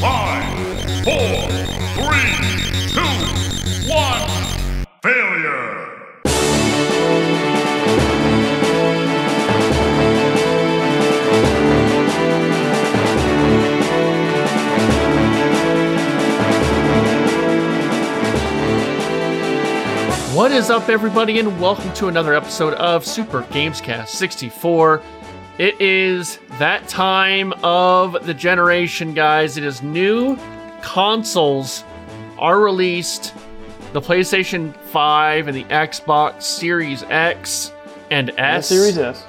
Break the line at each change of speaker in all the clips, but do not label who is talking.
Five, four, three, two, one. Failure.
What is up, everybody, and welcome to another episode of Super Gamescast 64. It is that time of the generation, guys. It is new consoles are released the PlayStation 5 and the Xbox Series X and S
Series S.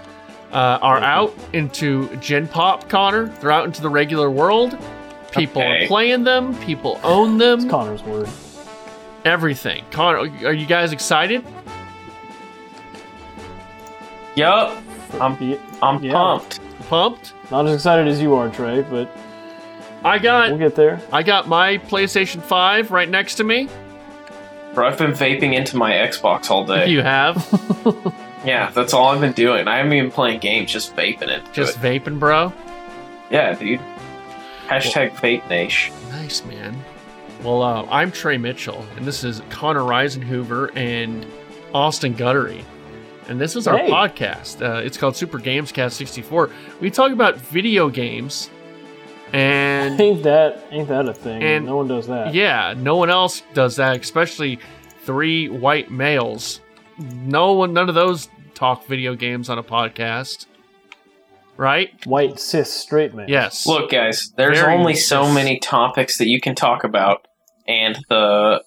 uh, are out into Gen Pop, Connor. They're out into the regular world. People are playing them, people own them,
It's Connor's word.
everything. Connor, are you guys excited?
Yup. I'm
Ye-
I'm
Yeah.
pumped.
Pumped?
Not as excited as you are, Trey, but
I got
we'll get there.
I got my PlayStation 5 right next to me.
Bro, I've been vaping into my Xbox all day.
You have.
yeah, that's all I've been doing. I haven't even playing games, just vaping it.
Just
Just
vaping, bro.
yeah, dude. Hashtag vape nation.
Nice, man. Well, uh, I'm Trey Mitchell, and this is Connor Reisenhoover and Austin Guttery. And this is our
Hey.
podcast. Uh, it's called Super Games Cast 64. We talk about video games, and
Ain't that ain't that a thing?
And-
no one does that.
yeah, no one else does that, especially three white males. No one, none of those talk video games on a podcast, right?
White cis straight man.
Yes.
Look, guys, there's
Very
only so
nice.
many topics that you can talk about, and the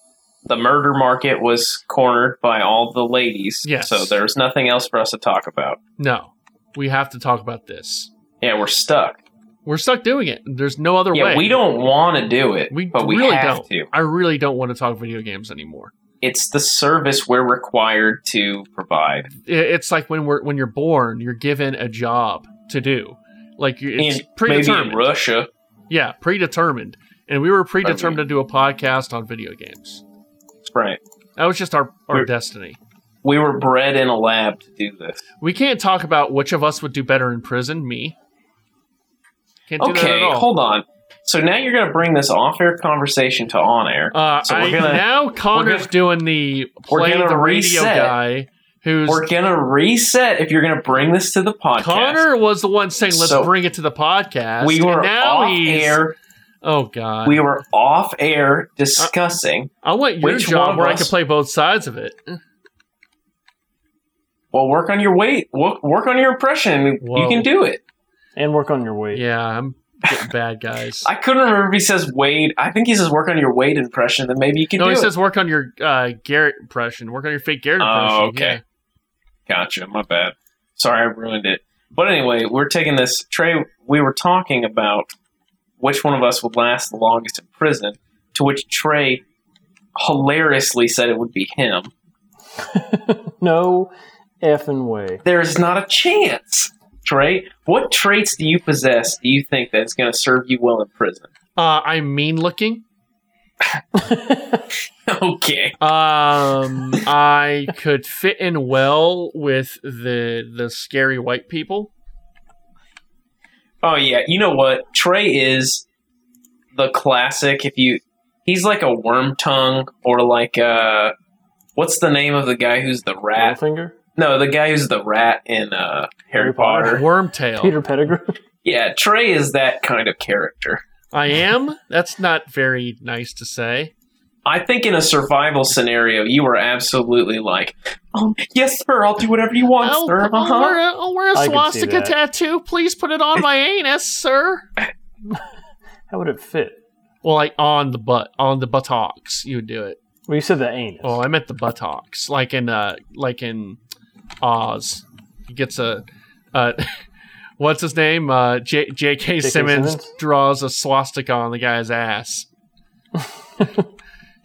the murder market was cornered by all the ladies.
Yes.
So there's nothing else for us to talk about.
No, we have to talk about this.
Yeah, we're stuck.
We're stuck doing it. There's no other
Yeah,
way.
we don't want to do it,
We
but we
really
have
don't.
to.
I really don't want to talk video games anymore.
It's the service we're required to provide.
I- It's like when we're when you're born, you're given a job to do. Like you- it's
and maybe
predetermined.
in Russia.
yeah, predetermined. And we were predetermined to do a podcast on video games.
Right.
That was just our, our
We're-
destiny.
We were bred in a lab to do this.
We can't talk about which of us would do better in prison. Me. Can't do that at
Okay,
all.
hold on. So now you're going to bring this off air conversation to on air.
Uh,
So
I,
we're gonna-
now Connor's
gonna-
doing the
we're
play
gonna
the radio
reset.
guy who's
We're going to reset if you're going to bring this to the podcast.
Connor was the one saying let's
So-
bring it to the podcast.
we were
and now
off
he's,
air.
Oh god.
We were off air discussing.
I want your
which one
job
of
where I
us-
can play both sides of it.
well, work on your weight. Work, work on your impression.
Whoa.
You can do it.
And work on your weight.
Yeah, I'm getting bad guys.
I couldn't remember if he says weight. I think he says work on your weight impression. Then maybe you can
no,
do
he
it.
says work on your uh, Garrett impression. Work on your fake Garrett impression.
Oh, okay.
Yeah.
Gotcha. My bad. Sorry, I ruined it. But anyway, we're taking this. Trey, we were talking about which one of us would last the longest in prison, to which Trey hilariously said it would be him.
No effing way.
There is not a chance. Trey, what traits do you possess do you think that's going to serve you well in prison?
Uh, I'm mean looking.
okay.
Um, I could fit in well with the the scary white people.
Oh, yeah. You know what? Trey is the classic. If you. He's like a worm tongue or like uh What's the name of the guy who's the rat?
Littlefinger?
No, the guy who's the rat in uh, Harry
Harry
Potter.
Potter.
Wormtail.
Peter Pettigrew?
Yeah, Trey is that kind of character.
I am. That's not very nice to say.
I think in a survival scenario, you are absolutely like, um, yes, sir, I'll do whatever you want,
I'll,
sir.
I'll
Uh-huh.
Oh, wear a, I'll wear a
I can see
swastika
that.
tattoo. Please put it on my anus, sir.
How would it fit?
Well, like on the butt, on the buttocks, you would do it.
Well, you said the anus.
Oh, I meant the buttocks, like in uh, like in Oz. He gets a, uh, what's his name? Uh, J- J.K.
J.K.
Simmons,
Simmons?
draws a swastika on the guy's ass. yeah,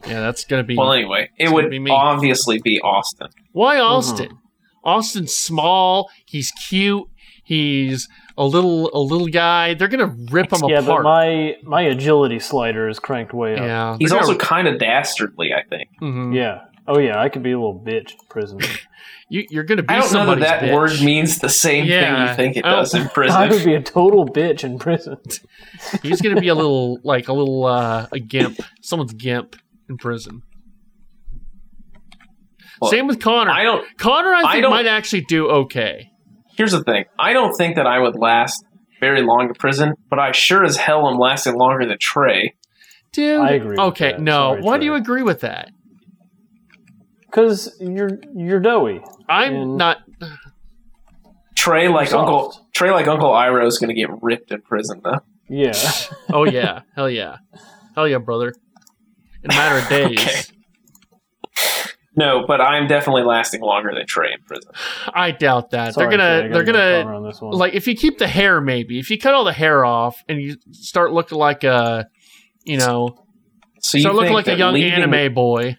that's gonna be
Well, anyway, it
It's
would
gonna be me.
obviously be Austin.
Why Austin? Austin's small. He's cute. He's a little a little guy. They're gonna rip him
yeah, but
apart.
my my agility slider is cranked way up.
yeah,
He's
they're
also
gonna-
kind of dastardly, I think.
Mhm.
Yeah. Oh yeah, I could be a little bitch in prison.
You, you're gonna be
I don't know that
somebody's
that
bitch.
word means the same
Yeah, Oh,
thing you think it
I don't-
does in
I would
prison.
be a total bitch in prison.
He's gonna be a little like a little uh, a gimp. Someone's gimp in prison.
Well,
Same with Connor.
I don't.
Connor, I
I
think
don't-
might actually do okay.
Here's the thing. I don't think that I would last very long in prison, but I sure as hell am lasting longer than Trey.
Dude,
I agree with
Okay,
that.
no.
Sorry,
Why do
Trey.
you agree with that?
Cause you're you're doughy.
I'm
And-
not.
Trey, like
Soft.
Uncle Trey, like Uncle Iroh is going to get ripped in prison though.
Yeah.
Oh yeah, hell yeah, hell yeah, brother. In a matter of days,
Okay. No, but I'm definitely lasting longer than Trey in prison.
I doubt that
Sorry,
they're
Trey, I
gonna
gotta
they're
give you a
gonna
cover on this one.
like if you keep the hair maybe if you cut all the hair off and you start looking like a you know
So you
start looking
think
like a
that
young
leaving-
anime boy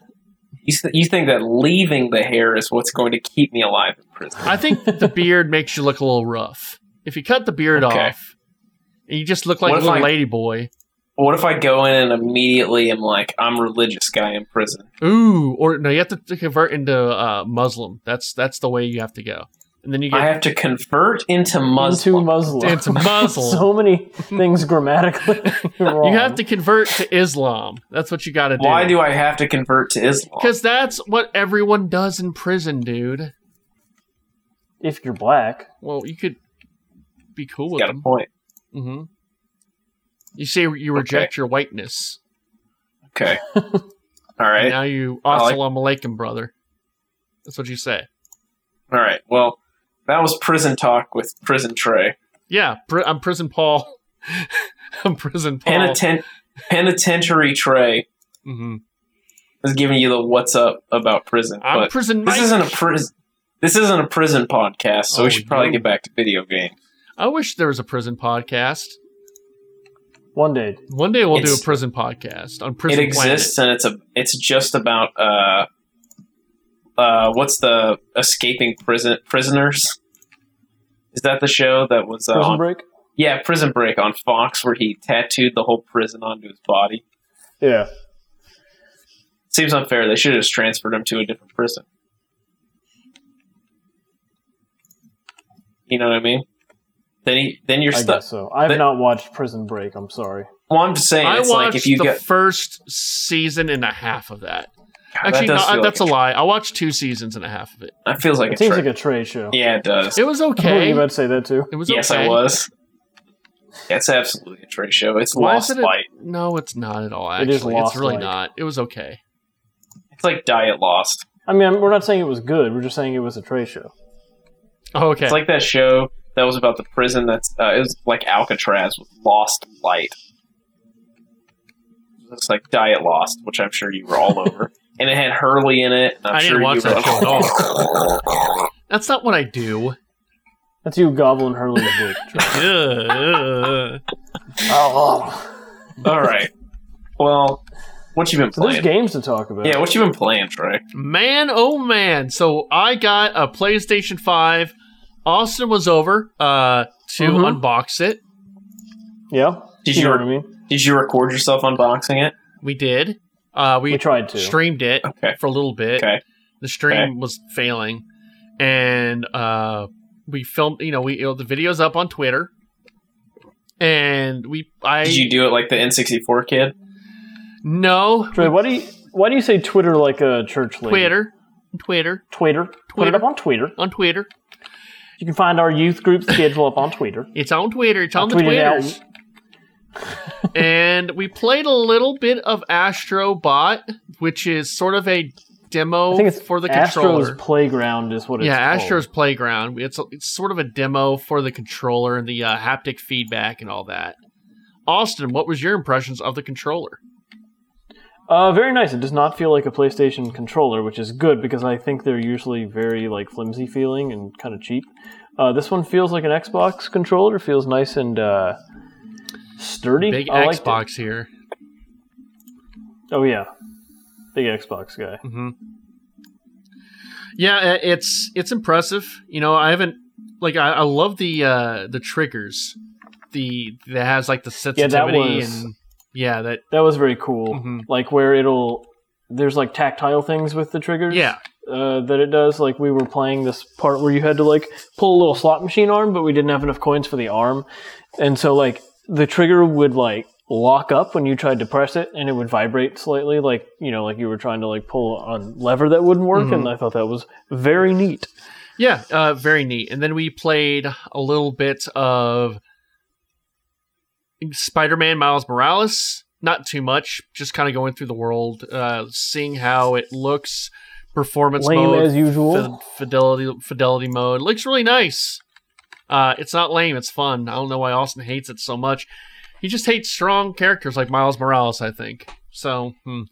You, th- you think that leaving the hair is what's going to keep me alive in prison?
i think the beard makes you look a little rough if you cut the beard
Okay.
off and you just look like
What
a
if
little
I-
lady boy
What if I go in and immediately am like, I'm a religious guy in prison?
ooh or no you have to, to convert into uh, muslim that's that's the way you have to go and then you
I
get
have to convert into Muslim.
into Muslim.
into muslim
so many things grammatically wrong.
you have to convert to islam that's what you got to do
Why do I have to convert to Islam?
because that's what everyone does in prison dude
if you're black.
Well, you could be cool
He's
with
got a
them.
point.
hmm You say you reject your whiteness.
Okay. All
and
right.
Now you
I like-
assalamu alaikum, brother. That's what you say.
All right. Well, that was prison talk with prison Trey.
Yeah, pr- I'm prison Paul. I'm prison Paul.
Penitent- penitentiary Trey
hmm
is giving you the what's up about prison.
I'm
but
prison
this
Mike.
isn't a prison. This isn't a prison podcast, so
Oh,
we should probably
you-
get back to video games.
I wish there was a prison podcast.
One day.
One day we'll do
It's-
a prison podcast on
It
prison
exists, and it's a it's just about uh uh what's the escaping prison prisoners? Is that the show that was uh,
Prison
on
break?
Yeah, Prison Break on Fox, where he tattooed the whole prison onto his body.
Yeah.
Seems unfair. They should have just transferred him to a different prison. You know what I mean? Then he, then you're
I
stuck.
guess so. I've
They-
not watched Prison Break, I'm sorry.
Well, I'm just saying,
I
it's
watched
like if you
the
get
first season and a half of that.
God,
Actually,
that does
no,
feel
that's
like
a lie. I watched two seasons and a half of it.
a, that feels like a
it seems
trick.
like a trade show.
yeah, it does.
It was
I thought
okay.
you were about to say that too.
It was
yes,
okay.
I was. It's absolutely a trick show. It's
Why
lost
is it a-
light.
No, it's not at all.
It is
Actually,
lost
it's really
like-
not. It was okay.
It's like diet lost.
I mean, I'm- we're not saying it was good. We're just saying it was a trade show.
Oh, okay.
It's like that show that was about the prison. That's uh, it was like Alcatraz with Lost Light. It's like Diet Lost, which I'm sure you were all over, and it had Hurley in it. and I'm
I
sure
didn't watch
you were
that show at all. That's not what I do.
That's you gobbling Hurley's dick. Trey. oh,
all right. Well, what you been
so there's
playing?
games to talk about.
Yeah,
uh,
what you been playing, Trey?
Man, oh man. So I got a PlayStation 5. Austin was over uh, to
Mm-hmm.
Mhm.
unbox it.
yeah.
Did
you
you
know what
re-
I mean?
Did you record yourself unboxing it?
We did. Uh, we
We tried to.
streamed it
Okay.
for a little bit.
Okay.
The stream
Okay.
was failing, and uh, we filmed. You know, we you know, the videos up on Twitter, and we. I
Did you do it like the N64 kid?
no
Trey, why do you why do you say Twitter like a church lady?
Twitter, Twitter
Twitter. Put it
Twitter.
up on Twitter.
on Twitter.
You can find our youth group schedule up on Twitter.
It's on Twitter. It's on the
tweet it out.
Twitters. and we played a little bit of Astro Bot, which is sort of a demo
I think it's
for the
Astro's
controller.
Playground is what it's
yeah,
called.
Astro's Playground. It's it's sort of a demo for the controller and the uh, haptic feedback and all that. Austin, what was your impressions of the controller?
Uh, very nice. It does not feel like a PlayStation controller, which is good because I think they're usually very like flimsy feeling and kind of cheap. Uh, this one feels like an Xbox controller. Feels nice and uh, sturdy.
Big
I liked it.
Xbox here.
Oh yeah, big Xbox guy.
Mm-hmm. Yeah, i- it's it's impressive. You know, I haven't like I, I love the uh the triggers. The that has like the
Yeah,
sensitivity
that was-
and yeah, that
That was very cool.
Mhm.
Like where it'll there's like tactile things with the triggers.
yeah.
uh, that it does. Like we were playing this part where you had to like pull a little slot machine arm, but we didn't have enough coins for the arm, and so like the trigger would like lock up when you tried to press it, and it would vibrate slightly, like you know, like you were trying to like pull on lever that wouldn't work. And I thought that was very neat.
Yeah, uh, very neat. And then we played a little bit of Spider Man Miles Morales. Not too much, just kind of going through the world, uh, seeing how it looks, performance
Lame
mode,
as usual.
fi- fidelity fidelity mode. Looks really nice. Uh, it's not lame. It's fun. I don't know why Austin hates it so much. He just hates strong characters like Miles Morales. I think so. Hmm.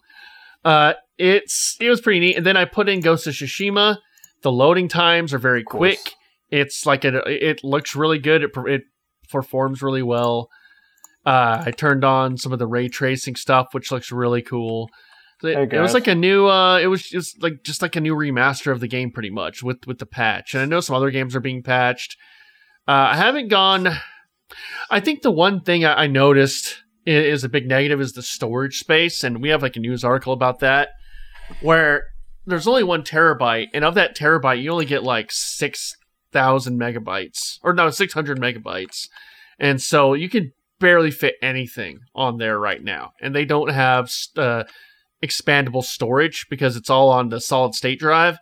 Uh, it's it was pretty neat. And then I put in Ghost of Tsushima. The loading times are very
course.
quick. It's like it it looks really good. It per- it performs really well. Uh, I turned on some of the ray tracing stuff, which looks really cool. It,
Hey,
it was
guys.
like a new, uh, it was just like just like a new remaster of the game, pretty much with with the patch. And I know some other games are being patched. Uh, I haven't gone. I think the one thing I, I noticed i- is a big negative is the storage space, and we have like a news article about that where there's only one terabyte, and of that terabyte, you only get like six thousand megabytes, or no, six hundred megabytes, and so you can barely fit anything on there right now. And they don't have uh, expandable storage because it's all on the solid state drive,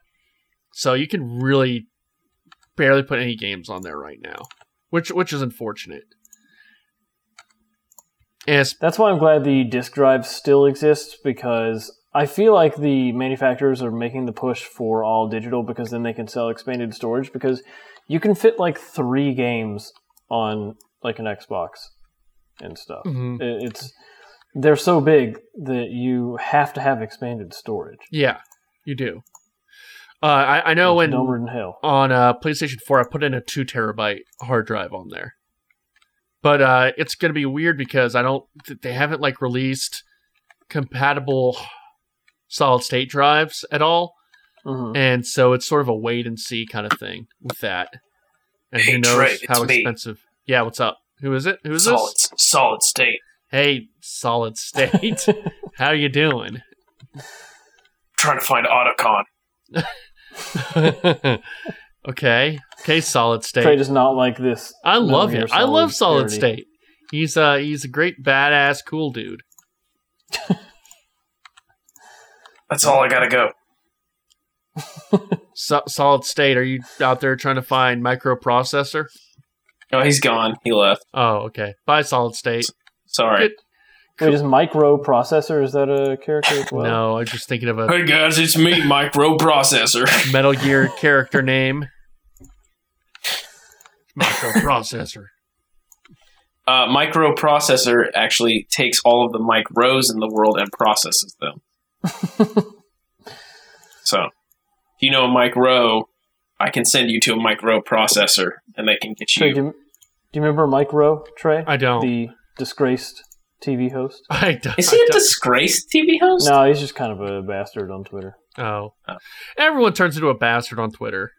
so you can really barely put any games on there right now, which which is unfortunate. And it's-
That's why I'm glad the disk drive still exists because I feel like the manufacturers are making the push for all digital because then they can sell expanded storage because you can fit like three games on like an Xbox and stuff.
Mhm.
It- It's they're so big that you have to have expanded storage.
yeah, you do. Uh, I, I know
it's
when
dumber than hell.
on uh, PlayStation 4, I put in a two terabyte hard drive on there. But uh, it's going to be weird because I don't, th- they haven't like released compatible solid state drives at all.
Mhm.
And so it's sort of a wait and see kind of thing with that. And who
Hey,
knows
Trey,
how
it's me.
expensive. Yeah, what's up? Who is it? Who is
solid,
this?
solid state.
Hey, Solid State. how you doing?
trying to find Otacon.
okay. Okay, Solid State.
Trey does not like this.
I love
Metal
him.
Gear
I love Solid
Solid
State. He's uh he's a great badass cool dude.
That's all I gotta go.
So- Solid State, are you out there trying to find microprocessor?
Oh, he's gone. He left.
Oh, okay. Bye, Solid State.
Sorry.
Wait, is microprocessor is that a character as well?
no, I'm just thinking of a
guys, it's me, microprocessor.
Metal Gear character name. Microprocessor.
uh, microprocessor actually takes all of the micros in the world and processes them. so, if you know a micro, I can send you to a microprocessor, and they can get
Trey, do
you.
you, do you remember Micro Trey?
I don't.
the disgraced TV host.
I don't.
Is he
I
a
don't-
disgraced TV host?
No, he's just kind of a bastard on Twitter.
Oh.
Oh.
Everyone turns into a bastard on Twitter.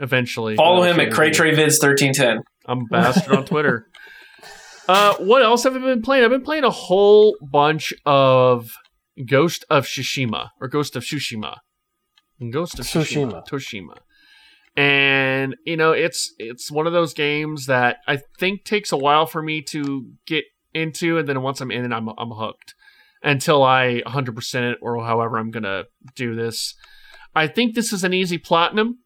Eventually.
Follow him at CrayTrayVids1310.
I'm a bastard on Twitter. Uh, what else have I been playing? I've been playing a whole bunch of Ghost of Tsushima or Ghost of Tsushima, Ghost of
Tsushima.
Tsushima, Toshima, and you know it's it's one of those games that I think takes a while for me to get into, and then once I'm in it, I'm I'm hooked until I 100% it or however I'm gonna do this. I think this is an easy platinum.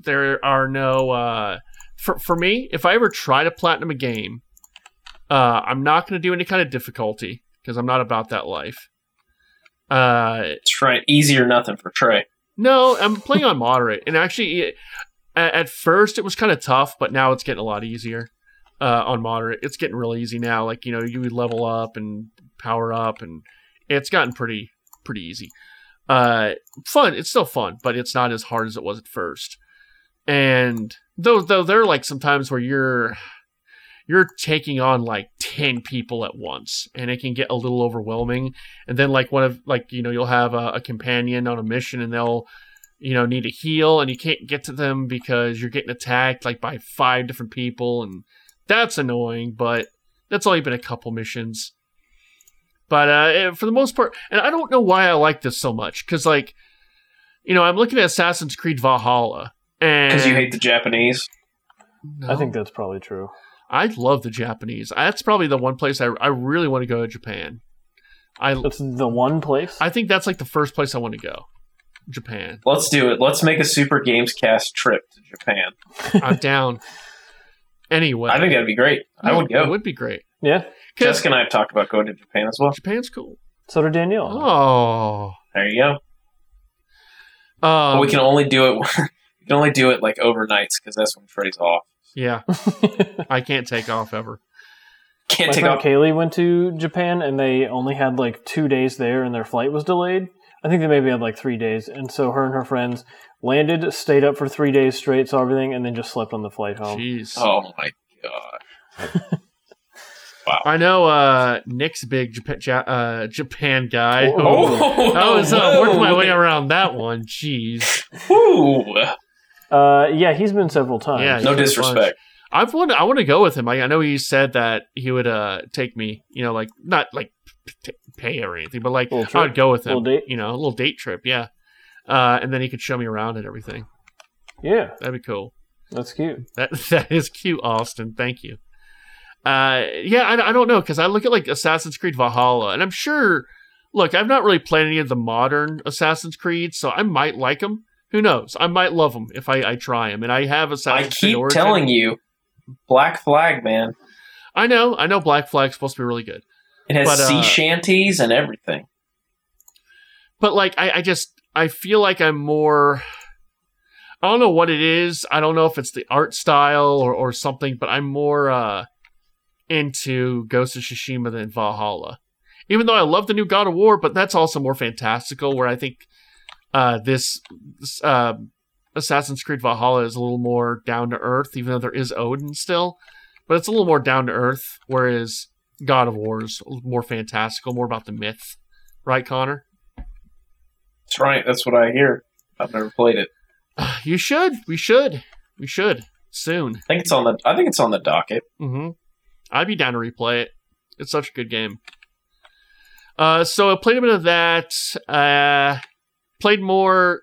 There are no uh, for for me, if I ever try to platinum a game, uh, I'm not going to do any kind of difficulty because I'm not about that life. Uh,
It's right. Easy or nothing for Trey.
no, I'm playing on moderate, and actually, it, at, at first it was kind of tough, but now it's getting a lot easier uh, on moderate. It's getting real easy now. Like you know, you level up and power up, and it's gotten pretty pretty easy. Uh, fun. It's still fun, but it's not as hard as it was at first. And though though there are like some times where you're you're taking on like 10 people at once and it can get a little overwhelming and then like one of like you know you'll have a, a companion on a mission and they'll you know, need a heal and you can't get to them because you're getting attacked like by five different people and that's annoying, but that's only been a couple missions. But uh, eh, for the most part, and I don't know why I like this so much because, like, you know, I'm looking at Assassin's Creed Valhalla, and
Because you hate the Japanese.
I
No.
think that's probably true.
I love the Japanese. That's probably the one place I, I really want to go to Japan. I
That's the one place.
I think that's like the first place I want to go. Japan.
Let's do it. Let's make a Super Games Cast trip to Japan.
I'm down. Anyway,
I think that'd be great. I would
It
go.
would be great.
yeah.
'Cause
Jessica and I have talked about going to Japan as well.
Japan's cool.
So did Danielle.
Oh.
There you go.
Um,
but we can only do it. we can only do it like overnights because that's when Trey's off.
Yeah, I can't take off ever.
Can't
My
take
friend
off.
Kaylee went to Japan, and they only had like two days there, and their flight was delayed. I think they maybe had like three days, and so her and her friends landed, stayed up for three days straight, saw everything, and then just slept on the flight home.
Jeez.
Oh my god.
I know uh, Nick's big Japan, ja- uh, Japan guy.
Oh.
I was uh,
whoa,
working my way
wait.
around that one. Jeez.
Woo.
Uh, yeah, he's been several times.
Yeah.
No disrespect.
I've want I want to go with him. I, I know he said that he would uh take me, you know, like not like p- t- pay or anything, but like
Little trip?
I'd go with him,
Little date?
you know, a little date trip, yeah. Uh, and then he could show me around and everything.
Yeah,
That'd be cool.
that's cute.
That that is cute, Austin. Thank you. Uh, yeah, I, I don't know because I look at like Assassin's Creed Valhalla, and I'm sure. Look, I've not really played any of the modern Assassin's Creed, so I might like them. Who knows? I might love them if I, I try them. And I have
I
Assassin's Creed.
keep
Origin.
telling you, Black Flag, man.
I know, I know. Black Flag's supposed to be really good.
It has
But, uh,
sea shanties and everything.
but like I, I just I feel like I'm more I don't know what it is. I don't know if it's the art style or, or something, but I'm more uh into Ghost of Tsushima than Valhalla. Even though I love the new God of War, but that's also more fantastical where I think uh this, this uh, Assassin's Creed Valhalla is a little more down to earth, even though there is Odin still. But it's a little more down to earth, whereas God of War is more fantastical, more about the myth. Right, Connor?
That's right. That's what I hear. I've never played it.
You should. We should. We should soon.
I think it's on the. I think it's on the docket.
Mm-hmm. I'd be down to replay it. It's such a good game. Uh, so I played a bit of that. Uh, played more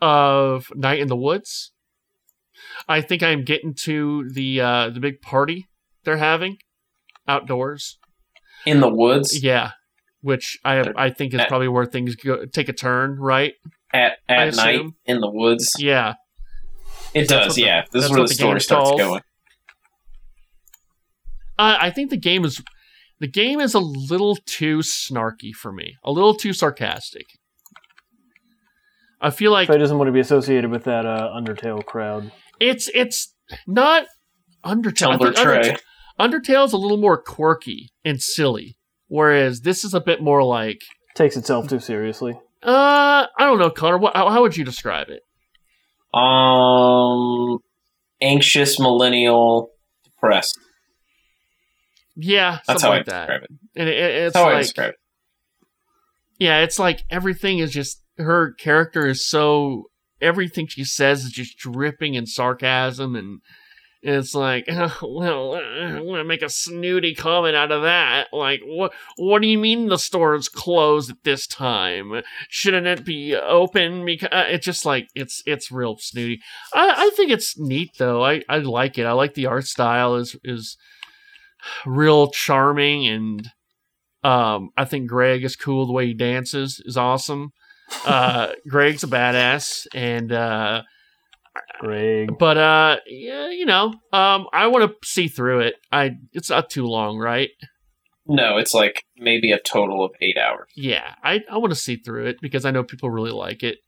of Night in the Woods. I think I'm getting to the uh, the big party they're having outdoors.
In the woods
Yeah, which I I think is probably where things go, take a turn, right?
at
I
at night
assume.
in the woods.
Yeah.
It
That's what
does.
the-
yeah. This
that's
is where
what
the
the game
story starts
calls.
going.
Uh, I think the game is the game is a little too snarky for me, a little too sarcastic. I feel like
Trey doesn't want to be associated with that uh, Undertale crowd.
it's it's not Undertale. I
Tumblr
think
tray.
Undertale, Undertale's a little more quirky and silly, whereas this is a bit more like
Takes itself too seriously.
uh I don't know, Connor. What, how, how would you describe it?
Um, anxious millennial, depressed.
Yeah,
That's
something
how I
like that.
describe it.
And it, it- it's
That's how I
like
describe it.
Yeah, it's like everything is just her character is so everything she says is just dripping in sarcasm and it's like well I'm gonna make a snooty comment out of that like what what do you mean the store is closed at this time shouldn't it be open because uh, it's just like it's it's real snooty I, I think it's neat though I, I like it I like the art style is is real charming and um, I think Greg is cool. The way he dances is awesome. Uh, Greg's a badass, and uh,
Greg.
but uh, yeah, you know, um, I want to see through it. I it's not too long, right?
No, it's like maybe a total of eight hours.
Yeah, I I want to see through it because I know people really like it,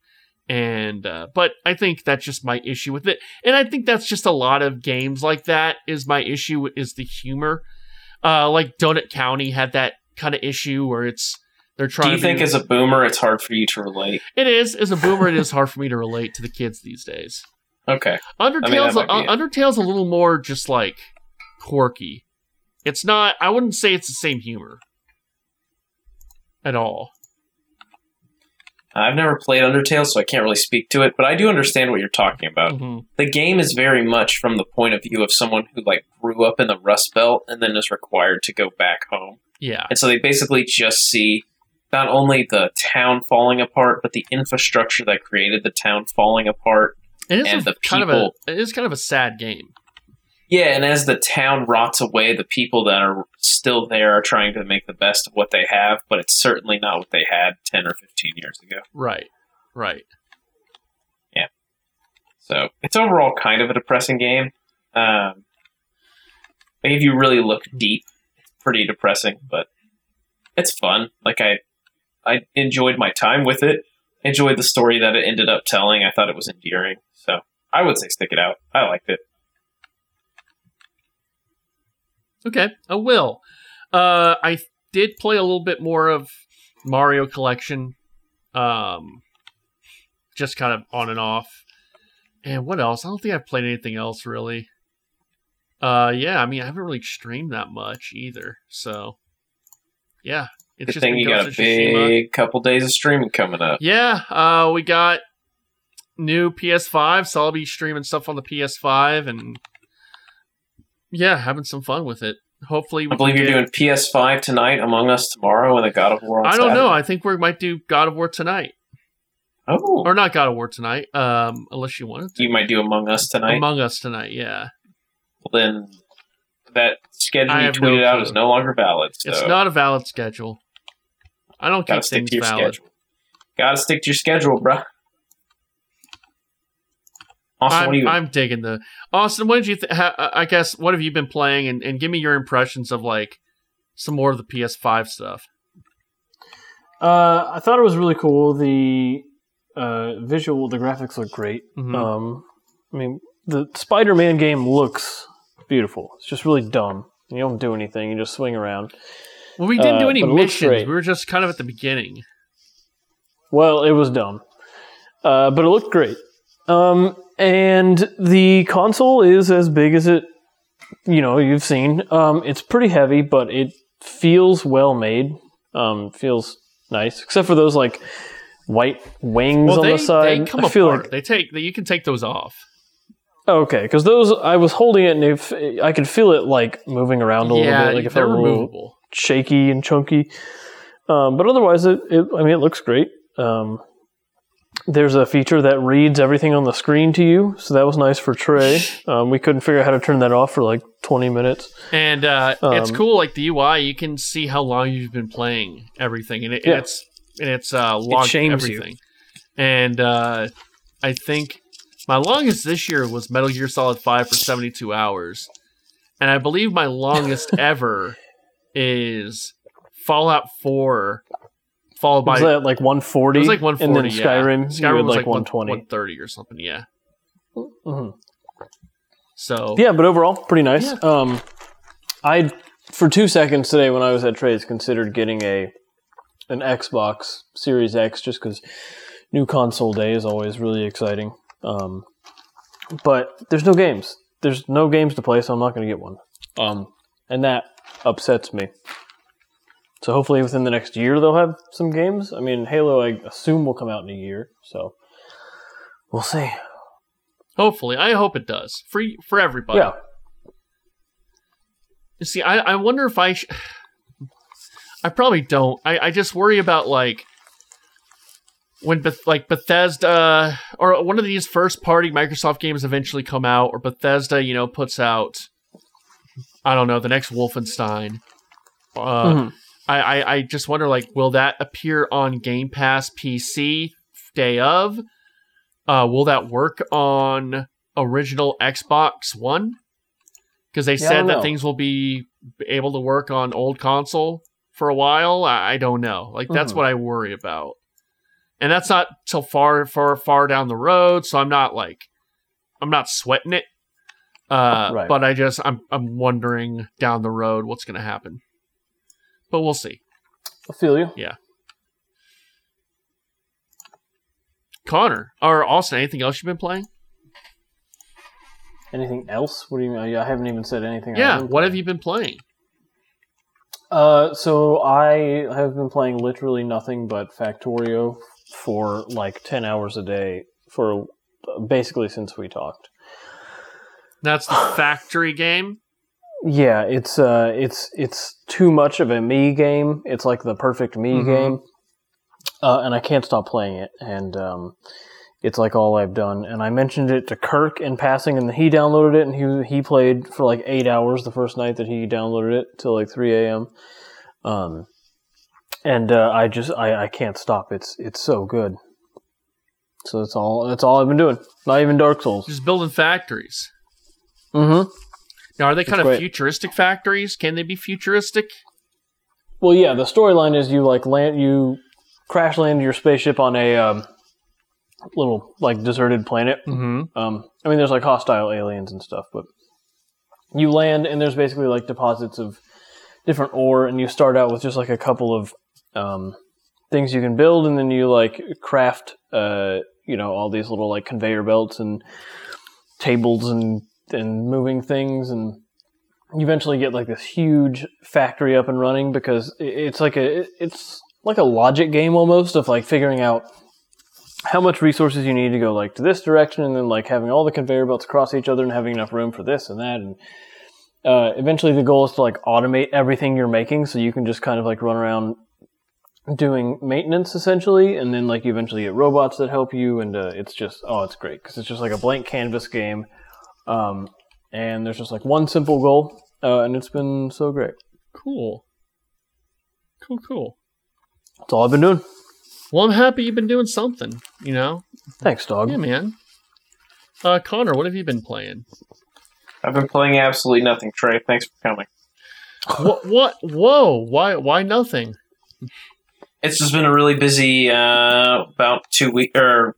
and uh, but I think that's just my issue with it, and I think that's just a lot of games like that is my issue with- is the humor. Uh, like Donut County had that kind of issue where it's they're trying.
Do you
to
think
be-
as a boomer it's hard for you to relate?
It is. As a boomer, it is hard for me to relate to the kids these days.
Okay.
Undertale's
that might be
uh, Undertale's a little more just like quirky. It's not. I wouldn't say it's the same humor at all.
I've never played Undertale, so I can't really speak to it, but I do understand what you're talking about.
Mm-hmm.
The game is very much from the point of view of someone who like grew up in the Rust Belt and then is required to go back home.
Yeah.
And so they basically just see not only the town falling apart, but the infrastructure that created the town falling apart.
It
And
is a,
the
kind of a
people-
it is kind of a sad game.
Yeah, and as the town rots away, the people that are still there are trying to make the best of what they have, but it's certainly not what they had 10 or 15 years ago.
Right. Right.
So it's overall kind of a depressing game. Um, like if you really look deep, it's pretty depressing, but it's fun. Like I, I enjoyed my time with it. Enjoyed the story that it ended up telling. I thought it was endearing. So I would say stick it out. I liked it.
Okay, I will. Uh, I did play a little bit more of Mario Collection, um, just kind of on and off. And what else? I don't think I've played anything else really. Uh, yeah, I mean, I haven't really streamed that much either. So, yeah, it's
Good thing
been
you
Ghost
got a
of Tsushima.
big couple days of streaming coming up.
Yeah, uh, we got new PS5, so I'll be streaming stuff on the PS5, and yeah, having some fun with it. Hopefully, we
I believe
can
you're
get-
doing PS5 tonight, Among Us tomorrow, and the God of War. On
I don't know.
Saturday.
I think we might do God of War tonight,
Oh,
or not God of War tonight, um, unless you wanted to.
you might do Among Us tonight.
Among Us tonight, yeah.
then that schedule
I
you
have no
tweeted out
clue.
is no longer valid. So.
It's not a valid schedule. I don't
Gotta
keep
stick
things
to your
valid.
schedule. Gotta stick to your schedule, bro. Austin,
I'm,
what do you?
I'm digging the Austin. What did you? Th- ha- uh, I guess what have you been playing? And, and give me your impressions of like some more of the PS5 stuff.
Uh, I thought it was really cool. The uh, visual, the graphics look great.
Mhm.
Um, I mean, the Spider-Man game looks beautiful. It's just really dumb. You don't do anything. You just swing around.
Well, we didn't
Uh,
do any
but it looks
missions.
great.
We were just kind of at the beginning.
Well, it was dumb, uh, but it looked great. Um, and the console is as big as it, you know, you've seen. Um, it's pretty heavy, but it feels well made. Um, feels nice, except for those like white wings
Well,
on
they,
the side.
they come
I feel
apart.
like
they take. They, you can take those off.
okay, because those I was holding it and if I could feel it like moving around a
yeah,
little bit, like if
they're
I were a little
removable.
shaky and chunky. Um, but otherwise, it, it I mean, it looks great. Um, there's a feature that reads everything on the screen to you, so that was nice for Trey. Um, we couldn't figure out how to turn that off for like 20 minutes.
And uh, it's
Um,
cool. Like the UI, you can see how long you've been playing everything, and, it, and
Yeah.
it's and it's uh, logged
shames you.
everything. And uh, I think my longest this year was Metal Gear Solid Five for seventy-two hours, and I believe my longest ever is Fallout Four, followed by
was that like 140?
It was like 140.
And then Skyrim,
yeah.
you
Skyrim
had
was
like 120.
130 or something. Yeah.
Mhm.
So
Yeah, but overall, pretty nice.
Yeah.
Um, I, for two seconds today when I was at Trey's, considered getting a an Xbox Series X just because new console day is always really exciting. Um, but there's no games. There's no games to play, so I'm not going to get one. Um, and that upsets me. So hopefully within the next year they'll have some games. I mean, Halo, I assume will come out in a year, so we'll see.
hopefully, I hope it does for y- for everybody.
yeah,
You See, I, I wonder if I. Sh- I probably don't. I, I just worry about like when Beth- like Bethesda or one of these first party Microsoft games eventually come out, or Bethesda, you know, puts out. I don't know the next Wolfenstein. Uh,
Mhm.
I, I I just wonder like will that appear on Game Pass PC day of? Uh, will that work on original Xbox One? Because they
Yeah, I
said
don't
that
know.
things will be able to work on old console for a while. I, I don't know. Like that's
Mhm.
what I worry about, and that's not till far far far down the road. So I'm not like I'm not sweating it. Uh,
Right.
But I just I'm I'm wondering down the road what's going to happen. But we'll see.
I feel you.
Connor or Austin, anything else you've been playing?
Anything else? What do you mean? I haven't even said anything. I
yeah.
haven't
What have
played.
you been playing?
Uh, so I have been playing literally nothing but Factorio for like 10 hours a day for basically since we talked.
That's the factory game.
Yeah, it's uh, it's it's too much of a me game. It's like the perfect me
Mhm.
game, uh, and I can't stop playing it. And um, it's like all I've done. And I mentioned it to Kirk in passing, and he downloaded it, and he he played for like eight hours the first night that he downloaded it till like three a.m. Um, and uh, I just I, I can't stop. It's it's so good. So that's all that's all I've been doing. Not even Dark Souls.
Just building factories.
Mm-hmm.
Now, are they kind
That's
of
great.
futuristic factories? Can they be futuristic?
Well, yeah, the storyline is you like land you crash land your spaceship on a um, little like deserted planet.
Mm-hmm.
Um, I mean, there's like hostile aliens and stuff, but you land and there's basically like deposits of different ore, and you start out with just like a couple of um, things you can build, and then you like craft, uh, you know, all these little like conveyor belts and tables and and moving things, and you eventually get like this huge factory up and running because i- it's like a it's like a logic game almost of like figuring out how much resources you need to go like to this direction and then like having all the conveyor belts across each other and having enough room for this and that and uh, eventually the goal is to like automate everything you're making so you can just kind of like run around doing maintenance essentially and then like you eventually get robots that help you and uh, it's just oh it's great because it's just like a blank canvas game um, and there's just like one simple goal uh, and it's been so great
Cool. Cool, cool.
that's all i've been doing
Well, I'm happy you've been doing something, you know?
thanks dog
Yeah, man. Uh, Connor, what have you been playing?
I've been playing absolutely nothing, Trey. Thanks for coming.
what, what? Whoa. Why, why nothing?
It's just been a really busy uh, about two week or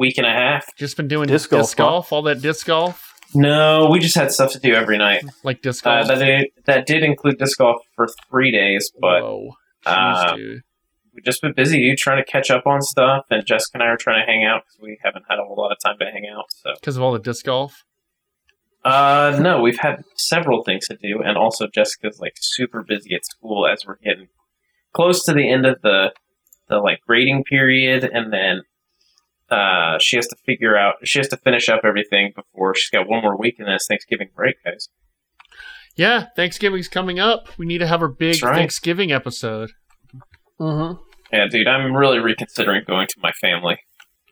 week and a half.
Just been doing
Disc golf,
disc golf,
huh?
all that disc golf?
No, we just had stuff to do every night.
Like disc
Uh,
golf?
that, did, that did include disc golf for three days, but
Whoa. Jeez,
uh,
dude.
we've just been busy, dude, trying to catch up on stuff. And Jessica and I are trying to hang out because we haven't had a whole lot of time to hang out. So,
Because of all the disc golf?
uh, no, we've had several things to do, and also Jessica's like super busy at school as we're getting close to the end of the the like grading period, and then uh, she has to figure out she has to finish up everything before she's got one more week, and then it's Thanksgiving break, guys.
Yeah, Thanksgiving's coming up. We need to have our big
That's right.
Thanksgiving episode.
mm-hmm.
Yeah, dude, I'm really reconsidering going to my family.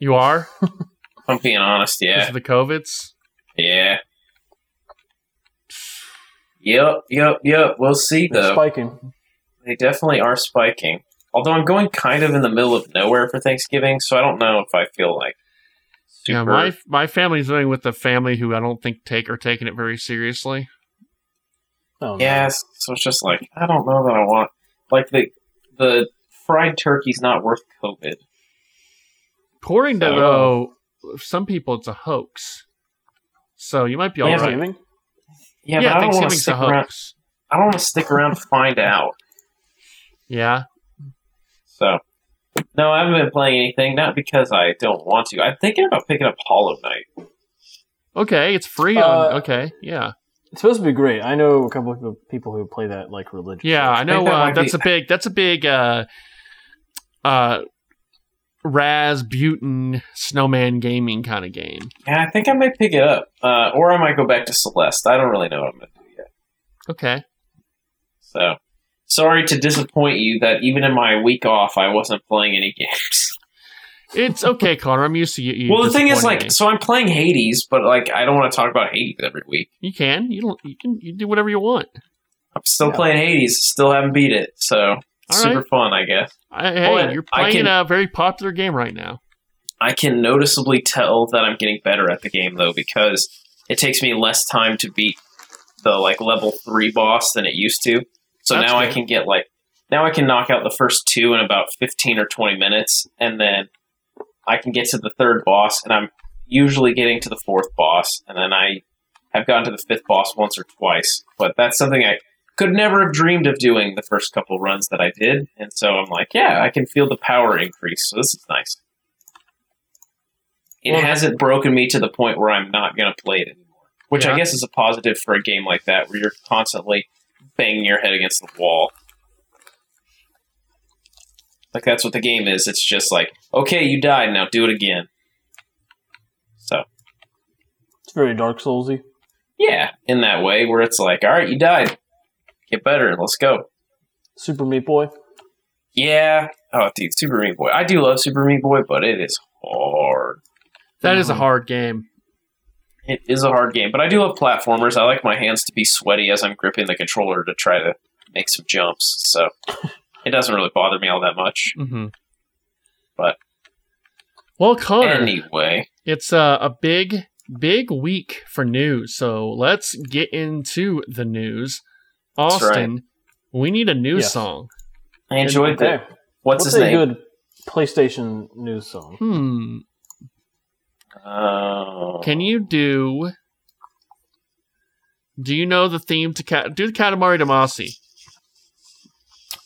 You are?
If I'm being honest,
Because
yeah.
of the COVIDs?
Yeah. Yep, yep, yep. We'll see
They're
though.
spiking
they definitely are spiking. Although I'm going kind of in the middle of nowhere for Thanksgiving, so I don't know if I feel like super.
Yeah, my my family's living with a family who I don't think take are taking it very seriously.
oh, no.
Yeah, s- so it's just like I don't know that I want like the the fried turkey's not worth COVID.
According to
Oh.
though, uh, some people it's a hoax. So you might be all
Yeah,
right.
but-
Thanksgiving?
Yeah, but I don't want to
Thanksgiving's
stick
a hoax.
around. I don't want to stick around to find out.
Yeah,
So no, I haven't been playing anything. Not because I don't want to. I'm thinking about picking up Hollow Knight.
okay, it's free.
Uh,
on, okay, yeah,
It's supposed to be great. I know a couple of people who play that like religiously.
yeah. I know
that
uh,
might be-
that's a big that's a big uh, uh, Raz Butin Snowman Gaming kind of game.
Yeah, I think I might pick it up, uh, or I might go back to Celeste. I don't really know what I'm gonna do yet.
Okay,
So sorry to disappoint you that even in my week off, I wasn't playing any games.
it's okay, Connor. I'm used to you. you
well, the thing is,
disappointing
like,
me.
so I'm playing Hades, but like, I don't want to talk about Hades every week.
you can you don't you can you do whatever you want.
I'm still
Yeah.
playing Hades, still haven't beat it, so it's
All right.
super fun, I guess.
I,
Well,
hey, you're
I
playing
can-
a very popular game right now.
I can noticeably tell that I'm getting better at the game though, because it takes me less time to beat the like level three boss than it used to. So
That's
now I
good.
can get like now I can knock out the first two in about fifteen or twenty minutes, and then I can get to the third boss, and I'm usually getting to the fourth boss, and then I have gotten to the fifth boss once or twice. But that's something I could never have dreamed of doing the first couple runs that I did, and so I'm like, yeah, I can feel the power increase. So this is nice. It
Well-
hasn't broken me to the point where I'm not going to play it anymore, which
Yeah.
I guess is a positive for a game like that where you're constantly banging your head against the wall. Like that's what the game is. It's just like, okay, you died, now do it again. So
It's very Dark Soulsy.
yeah, in that way where it's like, all right, you died, get better, let's go.
Super Meat Boy.
Yeah. Oh, dude, Super Meat Boy. I do love Super Meat Boy, but it is hard.
That is a hard game.
It is a hard game, but I do love platformers. I like my hands to be sweaty as I'm gripping the controller to try to make some jumps. So it doesn't really bother me all that much.
Mm-hmm.
But-
well, Connor,
Anyway,
it's uh, a big, big week for news. So let's get into the news.
That's right.
Austin, we need a news
Yes.
song.
I enjoyed
Okay.
that.
What's
What's, his
a
name?
good PlayStation news song?
Hmm.
Oh.
Can you do? Do you know the theme to Cat? Do the Katamari Damacy?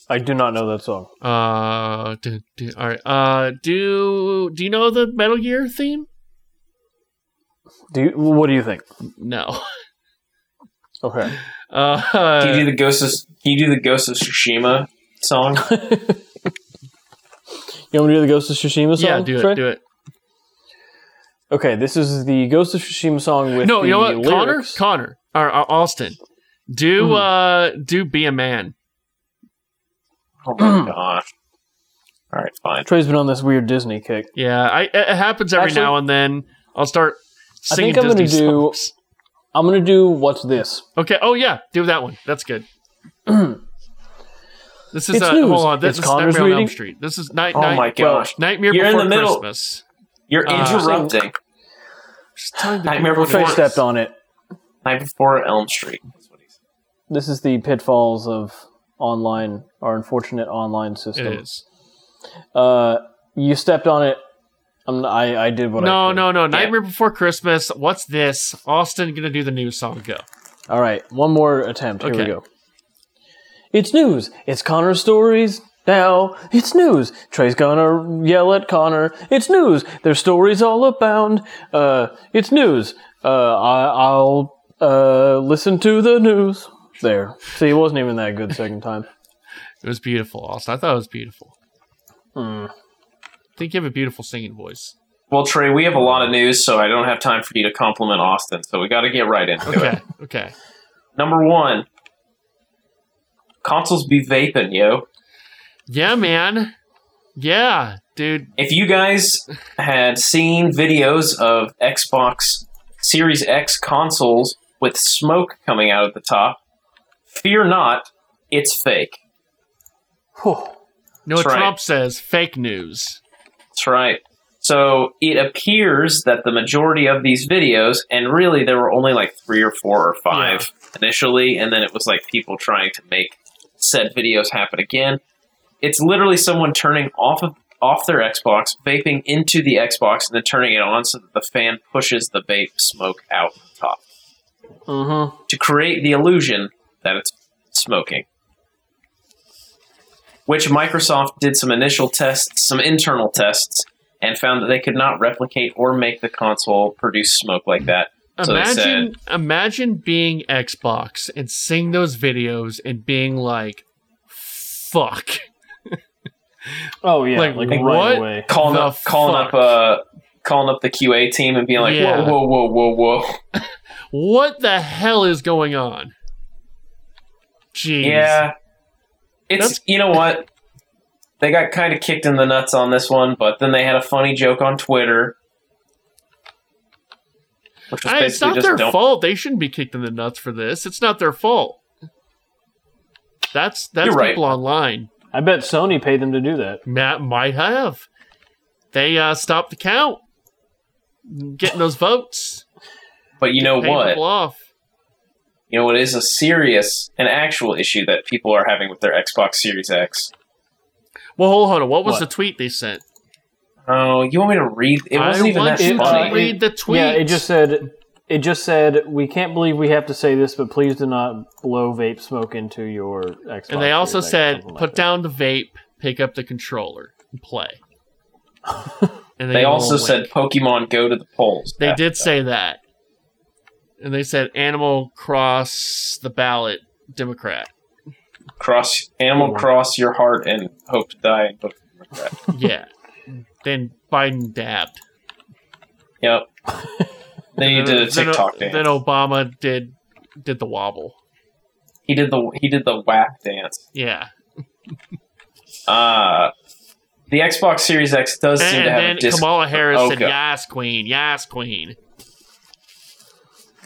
I do not know that song.
Uh, do, do, all right. Uh, do do you know the Metal Gear theme?
Do you, what do you think?
No.
Okay.
Uh,
Can you do the Ghost of Can you do the Ghost of Tsushima song?
You want me to do the Ghost of Tsushima song?
yeah, do it,
Trey?
do it.
Okay, this is the Ghost of Tsushima song with
No,
the
you know what, Connor,
lyrics. Hmm.
Connor, or, or Austin, do uh, do be a man.
oh my gosh! All right, fine.
Trey's been on this weird Disney kick.
Yeah, I, it it happens every
Actually-
now and then. I'll start
I
singing
think I'm
Disney
gonna do-
songs.
I'm gonna do what's this?
Okay. Oh yeah, do that one. That's good. this is
It's
uh,
news.
hold on. This
It's
is
Connor's
Nightmare on Elm
reading.
Street. This is night.
Oh
night,
my
well,
gosh.
Nightmare
You're in
Before
the middle.
Christmas.
You're
Uh,
interrupting.
Just telling the
Nightmare
people-
Before
Trey
Christmas.
stepped on it.
Night before Elm Street. That's what he said.
This is the pitfalls of online, our unfortunate online system.
It is.
Uh, you stepped on it. I'm, I I did what I.
No,
could.
no, no. Nightmare Before Christmas. What's this? Austin gonna do the news song. Go.
All right, one more attempt. Here
Okay.
we go. It's news. It's Connor's stories. Now it's news. Trey's gonna yell at Connor. It's news. There's stories all abound. Uh, it's news. Uh, I, I'll uh listen to the news. There. See, it wasn't even that good second time.
It was beautiful, Austin. I thought it was beautiful.
Hmm.
I think you have a beautiful singing voice.
Well, Trey, we have a lot of news, so I don't have time for you to compliment Austin. So we got to get right into it.
Okay. Okay.
Number one, consoles be vaping, yo.
Yeah, man. Yeah, dude.
If you guys had seen videos of Xbox Series X consoles with smoke coming out of the top, fear not, it's fake.
Whew.
You know what
That's right.
Trump says? Fake news.
That's right. So it appears that the majority of these videos, and really there were only like three or four or five initially, and then it was like people trying to make said videos happen again. It's literally someone turning off of off their Xbox, vaping into the Xbox, and then turning it on so that the fan pushes the vape smoke out the top
Mm-hmm.
to create the illusion that it's smoking. Which Microsoft did some initial tests, some internal tests, and found that they could not replicate or make the console produce smoke like that. So they
imagine imagine being Xbox and seeing those videos and being like fuck.
Oh yeah,
Like,
like, right
what?
away.
Calling
The
up, calling
fuck?
up, uh, calling up the QA team and being like,
Yeah.
"Whoa, whoa, whoa, whoa, whoa!"
What the hell is going on? Jeez.
Yeah, it's
That's-
you know what. They got kind of kicked in the nuts on this one, but then they had a funny joke on Twitter, which was
I- it's
basically
not
just
their
don't
fault. They shouldn't be kicked in the nuts for this. It's not their fault. That's that's
You're right.
people online.
I bet Sony paid them to do that.
Matt might have. They uh, stopped the count, getting those votes.
But you know
Paying
what?
people off.
You know what is a serious, an actual issue that people are having with their Xbox Series X.
Well, hold on. What was
What?
the tweet they sent?
Oh, you want me to read? It wasn't
I
even
want
that
you
to
funny.
to read the tweet.
Yeah, it just said it just said we can't believe we have to say this, but please do not blow vape smoke into your Xbox.
and they also
Series X,"
said,
something like
put
that.
down the vape, pick up the controller, and play. and
They
all
also
went.
said Pokemon Go to the polls.
they
Yeah.
did say that, and they said Animal Cross the ballot Democrat.
cross Animal
Cool.
Cross your heart and hope to die. in Pokemon regret.
yeah. Then Biden dabbed.
Yep. Then he
And
did a
then-
TikTok
then,
dance.
then Obama did did the wobble.
he did the he did the whack dance.
Yeah.
Uh, the Xbox Series X does
And,
seem to
and
have
then
a disc.
Kamala Harris said,
Okay.
"Yes, Queen. Yes, Queen."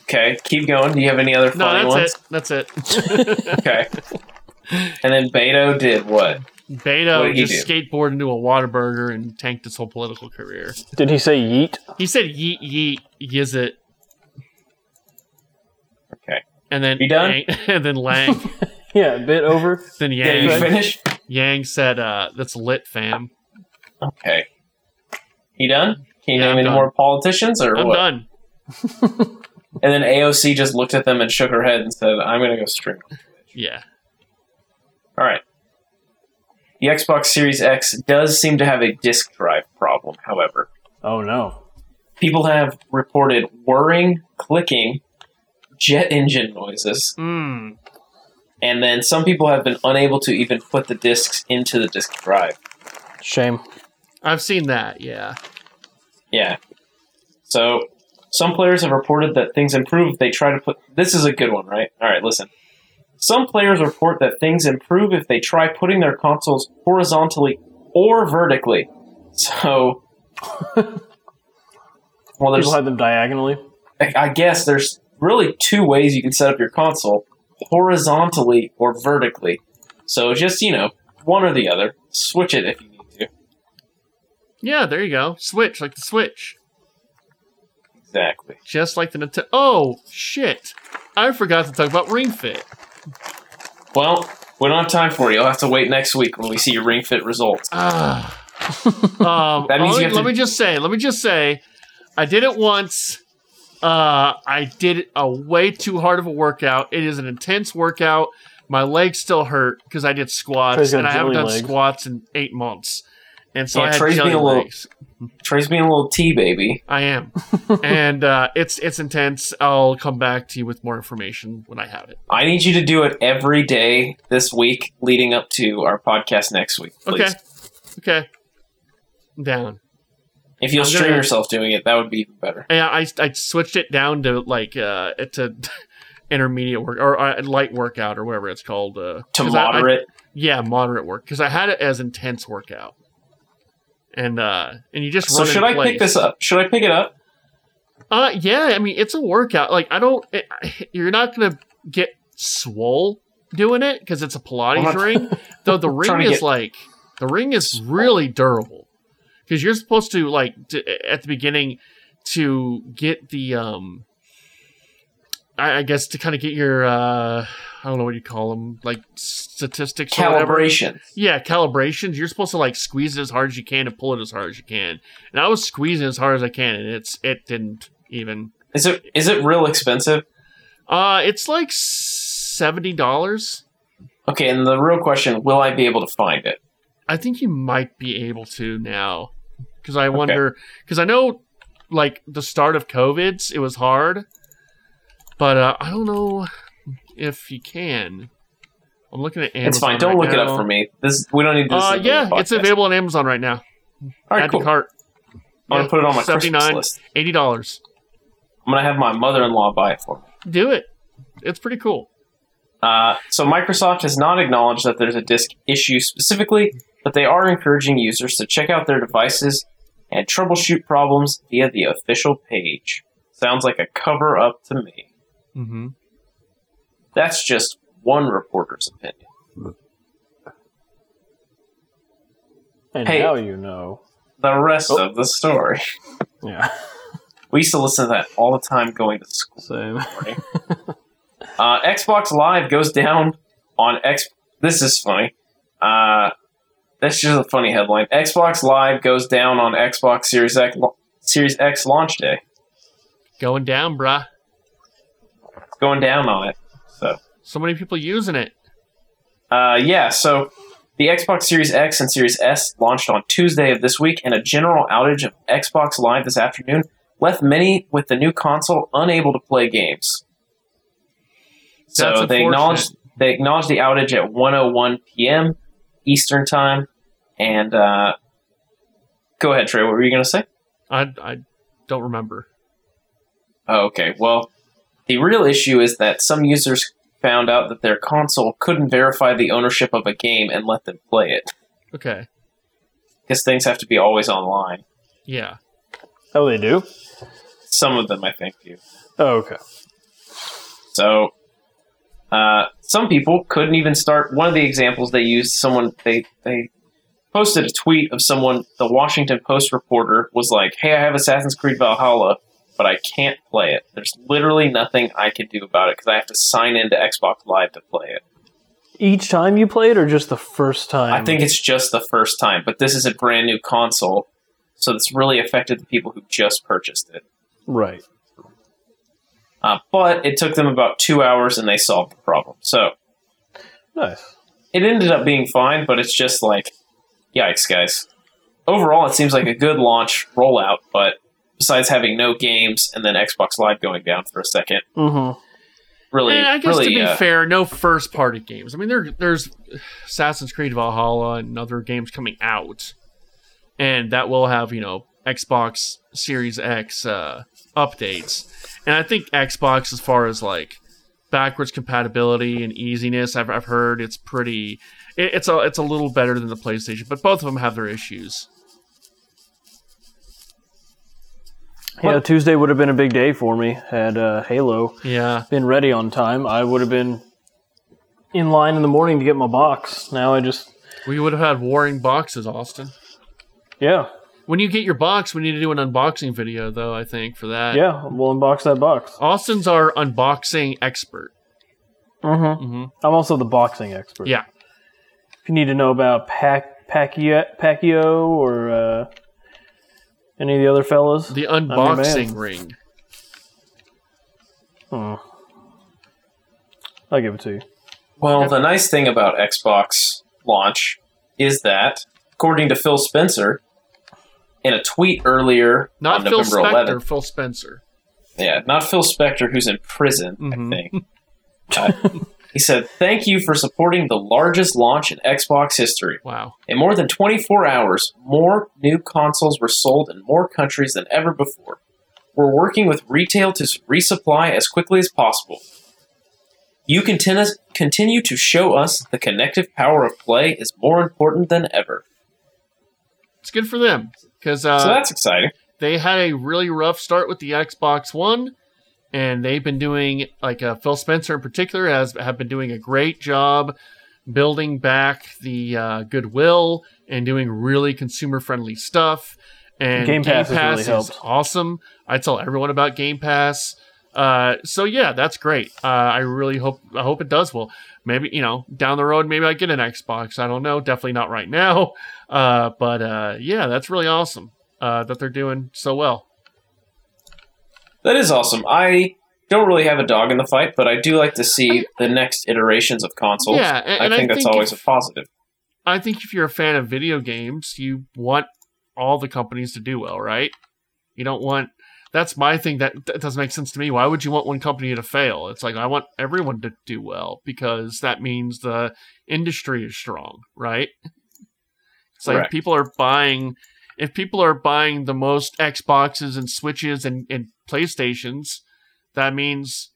Okay, keep going. Do you have any other
No,
funny
that's
ones?
it. That's it.
Okay. and then Beto did what? What
Beto
did he
just
do?
skateboarded into a Whataburger and tanked his whole political career.
Did he say yeet?
He said, "Yeet, yeet, yiz it."
Okay.
And then
You done?
and then Lang,
Yeah, bit over.
then
Yeah,
Yang.
you finish.
Yang said, uh, "That's lit, fam.
Okay. You done? Can you
Yeah,
name
I'm
any
done.
more politicians or
I'm
what?
done."
And then AOC just looked at them and shook her head and said, "I'm going to go stream."
Yeah,
All right. The Xbox Series X does seem to have a disk drive problem, however.
Oh no.
People have reported whirring, clicking, jet engine noises,
mm,
and then some people have been unable to even put the discs into the disk drive.
Shame.
I've seen that. Yeah,
Yeah. So some players have reported that things improve if they try to put this is a good one, right? All right, listen. Some players report that things improve if they try putting their consoles horizontally or vertically. So Well, there's
People had them diagonally.
I I guess there's really two ways you can set up your console horizontally or vertically. So just, you know, one or the other. Switch it if you need to.
yeah. There you go. Switch like the Switch,
Exactly.
just like the Nintendo. Oh shit! I forgot to talk about Ring Fit.
Well, we don't have time for you. You'll have to wait next week when we see your Ring Fit results.
Ah. um,
That means
let,
you
me-
have to-
let me just say, let me just say, I did it once. Uh, I did a way too hard of a workout. It is an intense workout. My legs still hurt because I did squats,
Trey's got
and I haven't
jelly
done
legs.
squats in eight months. And so
Yeah,
I had
Trey's
jelly
being a little-
legs.
Trey's being a little tea baby.
I am, and uh, it's it's intense. I'll come back to you with more information when I have it.
I need you to do it every day this week leading up to our podcast next week, please.
Okay, okay, I'm down.
If you'll
I'm
stream
gonna-
yourself doing it, that would be even better.
Yeah, I, I switched it down to like uh to intermediate work or uh, light workout or whatever it's called. Uh,
To
'cause I- I-
moderate.
yeah, moderate work because I had it as intense workout. And uh, and you just
so
run in
should I
place.
pick this up? Should I pick it up?
Uh, yeah, I mean it's a workout. Like I don't, it, you're not gonna get swole doing it because it's a Pilates
I'm not-
ring. Though the ring
trying to
is
get-
like the ring is really durable because you're supposed to like d eh, at the beginning to get the um, I, I guess to kind of get your uh, I don't know what you call them like statistics or whatever.
Calibration.
Yeah, calibrations. You're supposed to like squeeze it as hard as you can and pull it as hard as you can. And I was squeezing as hard as I can, and it's it didn't even.
Is it is it real expensive?
Uh, it's like seventy dollars.
Okay, and the real question: Will I be able to find it?
I think you might be able to now, because I wonder, because I know, like the start of COVID's, it was hard, but uh, I don't know if you can. I'm looking at Amazon.
it's fine. Don't
right
look it up
now.
for me. This we don't need this.
Uh,
in the
yeah, it's
podcast.
available on Amazon right now.
All
Add
right,
to
cool. I'm
cart.
gonna
Yeah,
put it on my Christmas
79.
list.
Eighty dollars.
I'm gonna have my mother-in-law buy it for me.
Do it. It's pretty cool.
Uh, so Microsoft has not acknowledged that there's a disk issue specifically, but they are encouraging users to check out their devices and troubleshoot problems via the official page. Sounds like a cover up to me.
Mm-hmm.
That's just one reporter's opinion.
And
Hey.
now you know.
The rest
Oh.
of the story.
Yeah.
We used to listen to that all the time going to school.
Same.
Uh, Xbox Live goes down on X. This is funny. Uh, that's just a funny headline. Xbox Live goes down on Xbox Series X Series X launch day.
Going down, bruh.
It's going down on it. So
So many people using it.
uh, yeah, so the Xbox Series X and Series S launched on Tuesday of this week, and a general outage of Xbox Live this afternoon left many with the new console unable to play games.
That's
So oh they acknowledged they acknowledged the outage at 1:01 p.m. Eastern time, And uh, go ahead, Trey. What were you going to say?
I, I don't remember.
Oh, okay. Well, the real issue is that some users found out that their console couldn't verify the ownership of a game and let them play it
Okay.
because things have to be always online.
Yeah.
Oh, they do.
Some of them, I think, do.
Oh, okay.
So, uh, some people couldn't even start. One of the examples they used, someone they they posted a tweet of someone. The Washington Post reporter was like, "Hey, I have Assassin's Creed Valhalla, but I can't play it. There's literally nothing I can do about it because I have to sign into Xbox Live to play it.
Each time you play it, or just the first time?
I think it's just the first time, but this is a brand new console, so it's really affected the people who just purchased it.
right.
Uh, but it took them about two hours, and they solved the problem. So."
Nice.
it ended up being fine, but it's just like, yikes, guys. Overall, it seems like a good launch rollout, but besides having no games and then Xbox Live going down for a second,
Mm-hmm.
really,
And I guess
really,
to be
uh,
fair, no first party games. I mean, there there's Assassin's Creed Valhalla and other games coming out, and that will have you know Xbox Series X uh, updates. And I think Xbox, as far as like backwards compatibility and easiness, I've, I've heard it's pretty. It, it's a it's a little better than the PlayStation, but both of them have their issues.
Yeah, Tuesday would have been a big day for me had uh, Halo
Yeah.
been ready on time. I would have been in line in the morning to get my box. Now I just
We would have had warring boxes, Austin.
yeah
When you get your box, we need to do an unboxing video, though. I think for that.
yeah we'll unbox that box.
Austin's our unboxing expert.
Mm-hmm.
Mhm.
I'm also the boxing expert.
Yeah.
If you need to know about Pac Pacquiao, Pacquiao or uh, any of the other fellas,
The
your man.
unboxing ring.
Hmm. I'll give it to you.
well, the nice thing about Xbox launch is that, according to Phil Spencer, in a tweet earlier
Not
on
Phil
November
Spector,
11th,
Phil Spencer.
yeah, not Phil Spector, who's in prison,
Mm-hmm.
I think. Uh, he said, "Thank you for supporting the largest launch in Xbox history.
Wow.
In more than 24 hours, more new consoles were sold in more countries than ever before. We're working with retail to s- resupply as quickly as possible. You continu- continue to show us the connective power of play is more important than ever.
It's good for them because uh,
so that's exciting.
they had a really rough start with the Xbox One, and they've been doing like uh, Phil Spencer in particular has have been doing a great job building back the uh, goodwill and doing really consumer friendly stuff. And
Game Pass has really
is
helped.
awesome. I tell everyone about Game Pass. Uh, so yeah, that's great. Uh, I really hope I hope it does well. Maybe you know down the road, maybe I get an Xbox. I don't know. Definitely not right now. Uh, but uh, yeah, that's really awesome uh, that they're doing so well.
That is awesome. I don't really have a dog in the fight, but I do like to see the next iterations of consoles.
Yeah, and- and
I
I
think that's
think
always
if-
a positive.
I think if you're a fan of video games, you want all the companies to do well, right? You don't want. That's my thing. That, that doesn't make sense to me. Why would you want one company to fail? It's like I want everyone to do well because that means the industry is strong, right? It's like if
Correct.
people are buying. If people are buying the most Xboxes and Switches and, and PlayStations, that means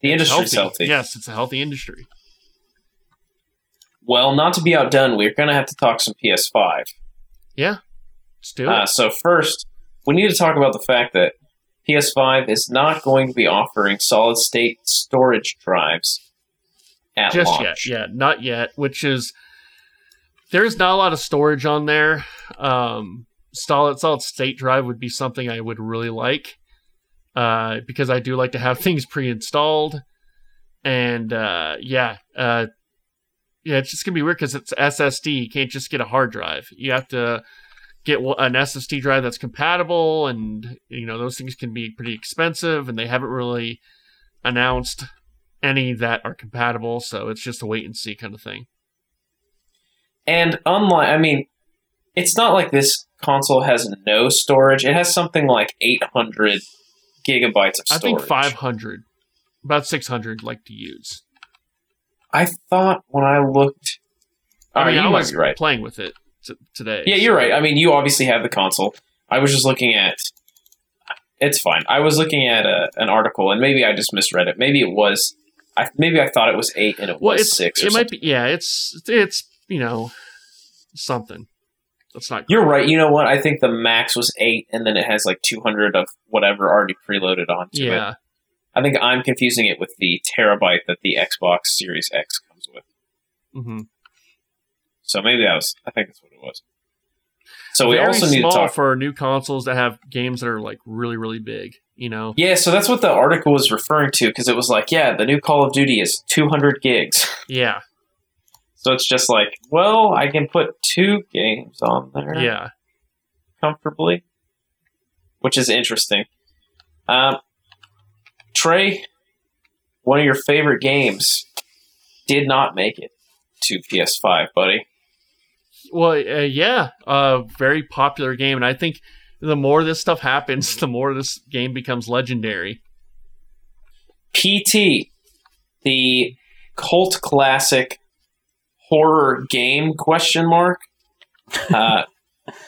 The industry's healthy.
Yes, it's a healthy industry.
Well, not to be outdone, we're going to have to talk some PS5.
Let's do it.
Uh, so first, we need to talk about the fact that PS5 is not going to be offering solid state storage drives at
just yet.
launch.
Yeah, not yet. Which is there's not a lot of storage on there. Um, solid solid state drive would be something I would really like uh, because I do like to have things pre-installed. And uh, yeah, uh, yeah, it's just gonna be weird because it's SSD. You can't just get a hard drive. You have to get one- an SSD drive that's compatible, and you know those things can be pretty expensive. And they haven't really announced any that are compatible, so it's just a wait and see kind of thing.
And unlike, I mean, it's not like this console has no storage. It has something like 800 gigabytes of storage.
I think 500, about 600 like to use.
I thought when I looked.
I
Alright,
mean, I
you might
was
be right.
playing with it. t- today.
Yeah, you're right. I mean, you obviously have the console. I was just looking at. It's fine. I was looking at a, an article, and maybe I just misread it. Maybe it was. I maybe I thought it was eight, and it
Well,
was
it's
six. Or
It
something.
might be. Yeah, it's it's you know something. That's not.
You're right. You know what? I think the max was eight, and then it has like 200 of whatever already preloaded onto it.
yeah.
I think I'm confusing it with the terabyte that the Xbox Series X comes with.
hmm
So maybe that was. I think that's what it was. So we
Very
also need to
small
talk.
for new consoles that have games that are like really really big. You know.
yeah, so that's what the article was referring to because it was like, yeah, the new Call of Duty is 200 gigs.
Yeah.
So it's just like, well, I can put two games on there
Yeah.
comfortably, which is interesting. Um, Trey, one of your favorite games did not make it to PS5, buddy.
Well, uh, yeah. uh, very popular game, and I think the more this stuff happens, the more this game becomes legendary.
PT, the cult classic horror game question mark, uh,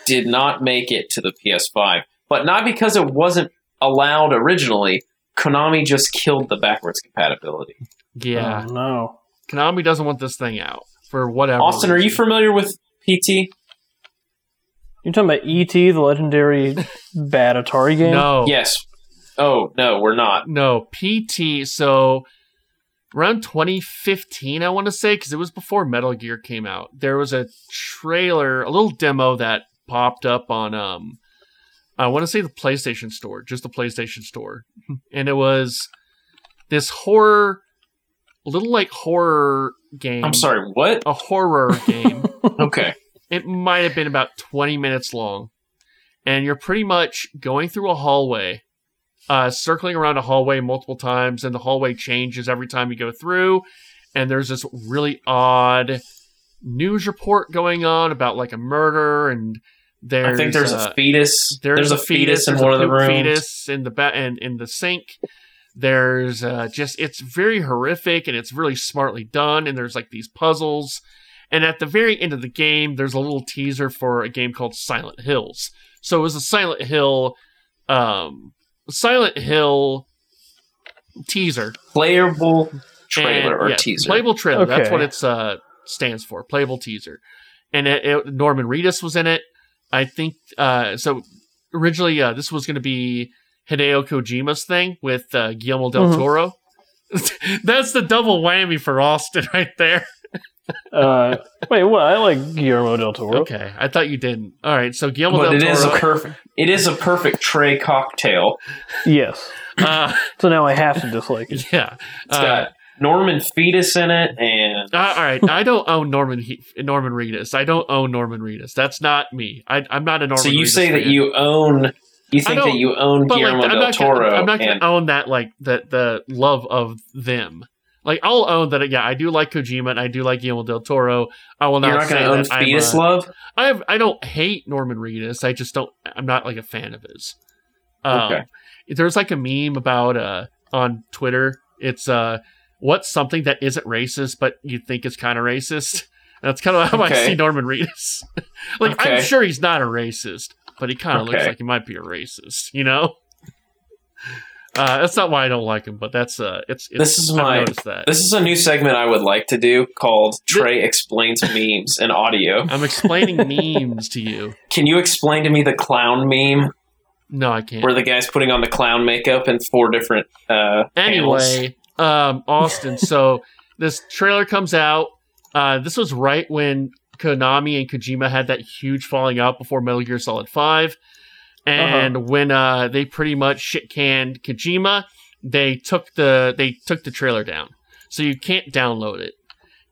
did not make it to the PS5, but not because it wasn't allowed originally. Konami just killed the backwards compatibility.
Yeah.
Um,
Oh, no.
Konami doesn't want this thing out for whatever.
Austin, are you
reason.
familiar with PT?
You're talking about E.T., the legendary bad Atari game?
No.
Yes. Oh no, we're not.
No, PT. So around 2015, I want to say, because it was before Metal Gear came out. There was a trailer, a little demo that popped up on, um, I want to say the PlayStation Store, just the PlayStation Store, and it was this horror, little like horror game.
I'm sorry. What?
a horror game.
Okay.
it might have been about 20 minutes long and you're pretty much going through a hallway uh, circling around a hallway multiple times and the hallway changes every time you go through and there's this really odd news report going on about like a murder and there's
I think there's
uh,
a fetus. There's, a fetus, in
there's
one of
a
the
poop
rooms.
Fetus in the ba- and in the sink. There's uh, just it's very horrific and it's really smartly done. And there's like these puzzles. And at the very end of the game, there's a little teaser for a game called Silent Hills. So it was a Silent Hill, um, Silent Hill teaser
Playable trailer
and-
or
yeah,
teaser.
Playable trailer. That's
Okay.
what it's uh stands for. Playable teaser. And it, it- Norman Reedus was in it. I think uh so originally uh, this was going to be Hideo Kojima's thing with uh, Guillermo del
Mhm.
Toro. That's the double whammy for Austin right there.
Uh, wait, what? I like Guillermo del Toro.
Okay, I thought you didn't. All right, so Guillermo
but
del
it
Toro.
is a perfect. It is a perfect Trey cocktail.
Yes.
uh,
So now I have to dislike it.
yeah.
It's
Uh,
got Norman fetus in it, and
Uh, all right, I don't own Norman he- Norman Reedus. I don't own Norman Reedus. That's not me. I, I'm not a Norman.
so you
Reedus
say that
fan.
you own. You think
don't-
that you own
but like,
Guillermo
I'm
del
not,
Toro,
gonna, I'm not
and
gonna own that like that the love of them. Like I'll own that. Yeah, I do like Kojima and I do like Guillermo del Toro. I will not,
you're not
say
going to own
that I'm
fetus
a-
love.
I have, I don't hate Norman Reedus. I just don't. I'm not like a fan of his. Um,
Okay.
There's like a meme about uh on Twitter. It's uh what's something that isn't racist but you think is kind of racist. That's kind of how I
Okay.
see Norman Reedus. like I'm
Okay.
sure he's not a racist, but he kind of looks
Okay.
like he might be a racist. You know. Uh, that's not why I don't like him, but that's uh, it's, it's
This is
I've
my-
noticed that.
This is a new segment I would like to do called Trey explains memes and audio.
I'm explaining memes to you.
Can you explain to me the clown meme
No, I can't.
where the guy's putting on the clown makeup in four different uh panels?
anyway, um, Austin. so this trailer comes out. Uh, this was right when Konami and Kojima had that huge falling out before Metal Gear Solid Five, and when uh, they pretty much shit canned Kojima, they took the they took the trailer down. So you can't download it.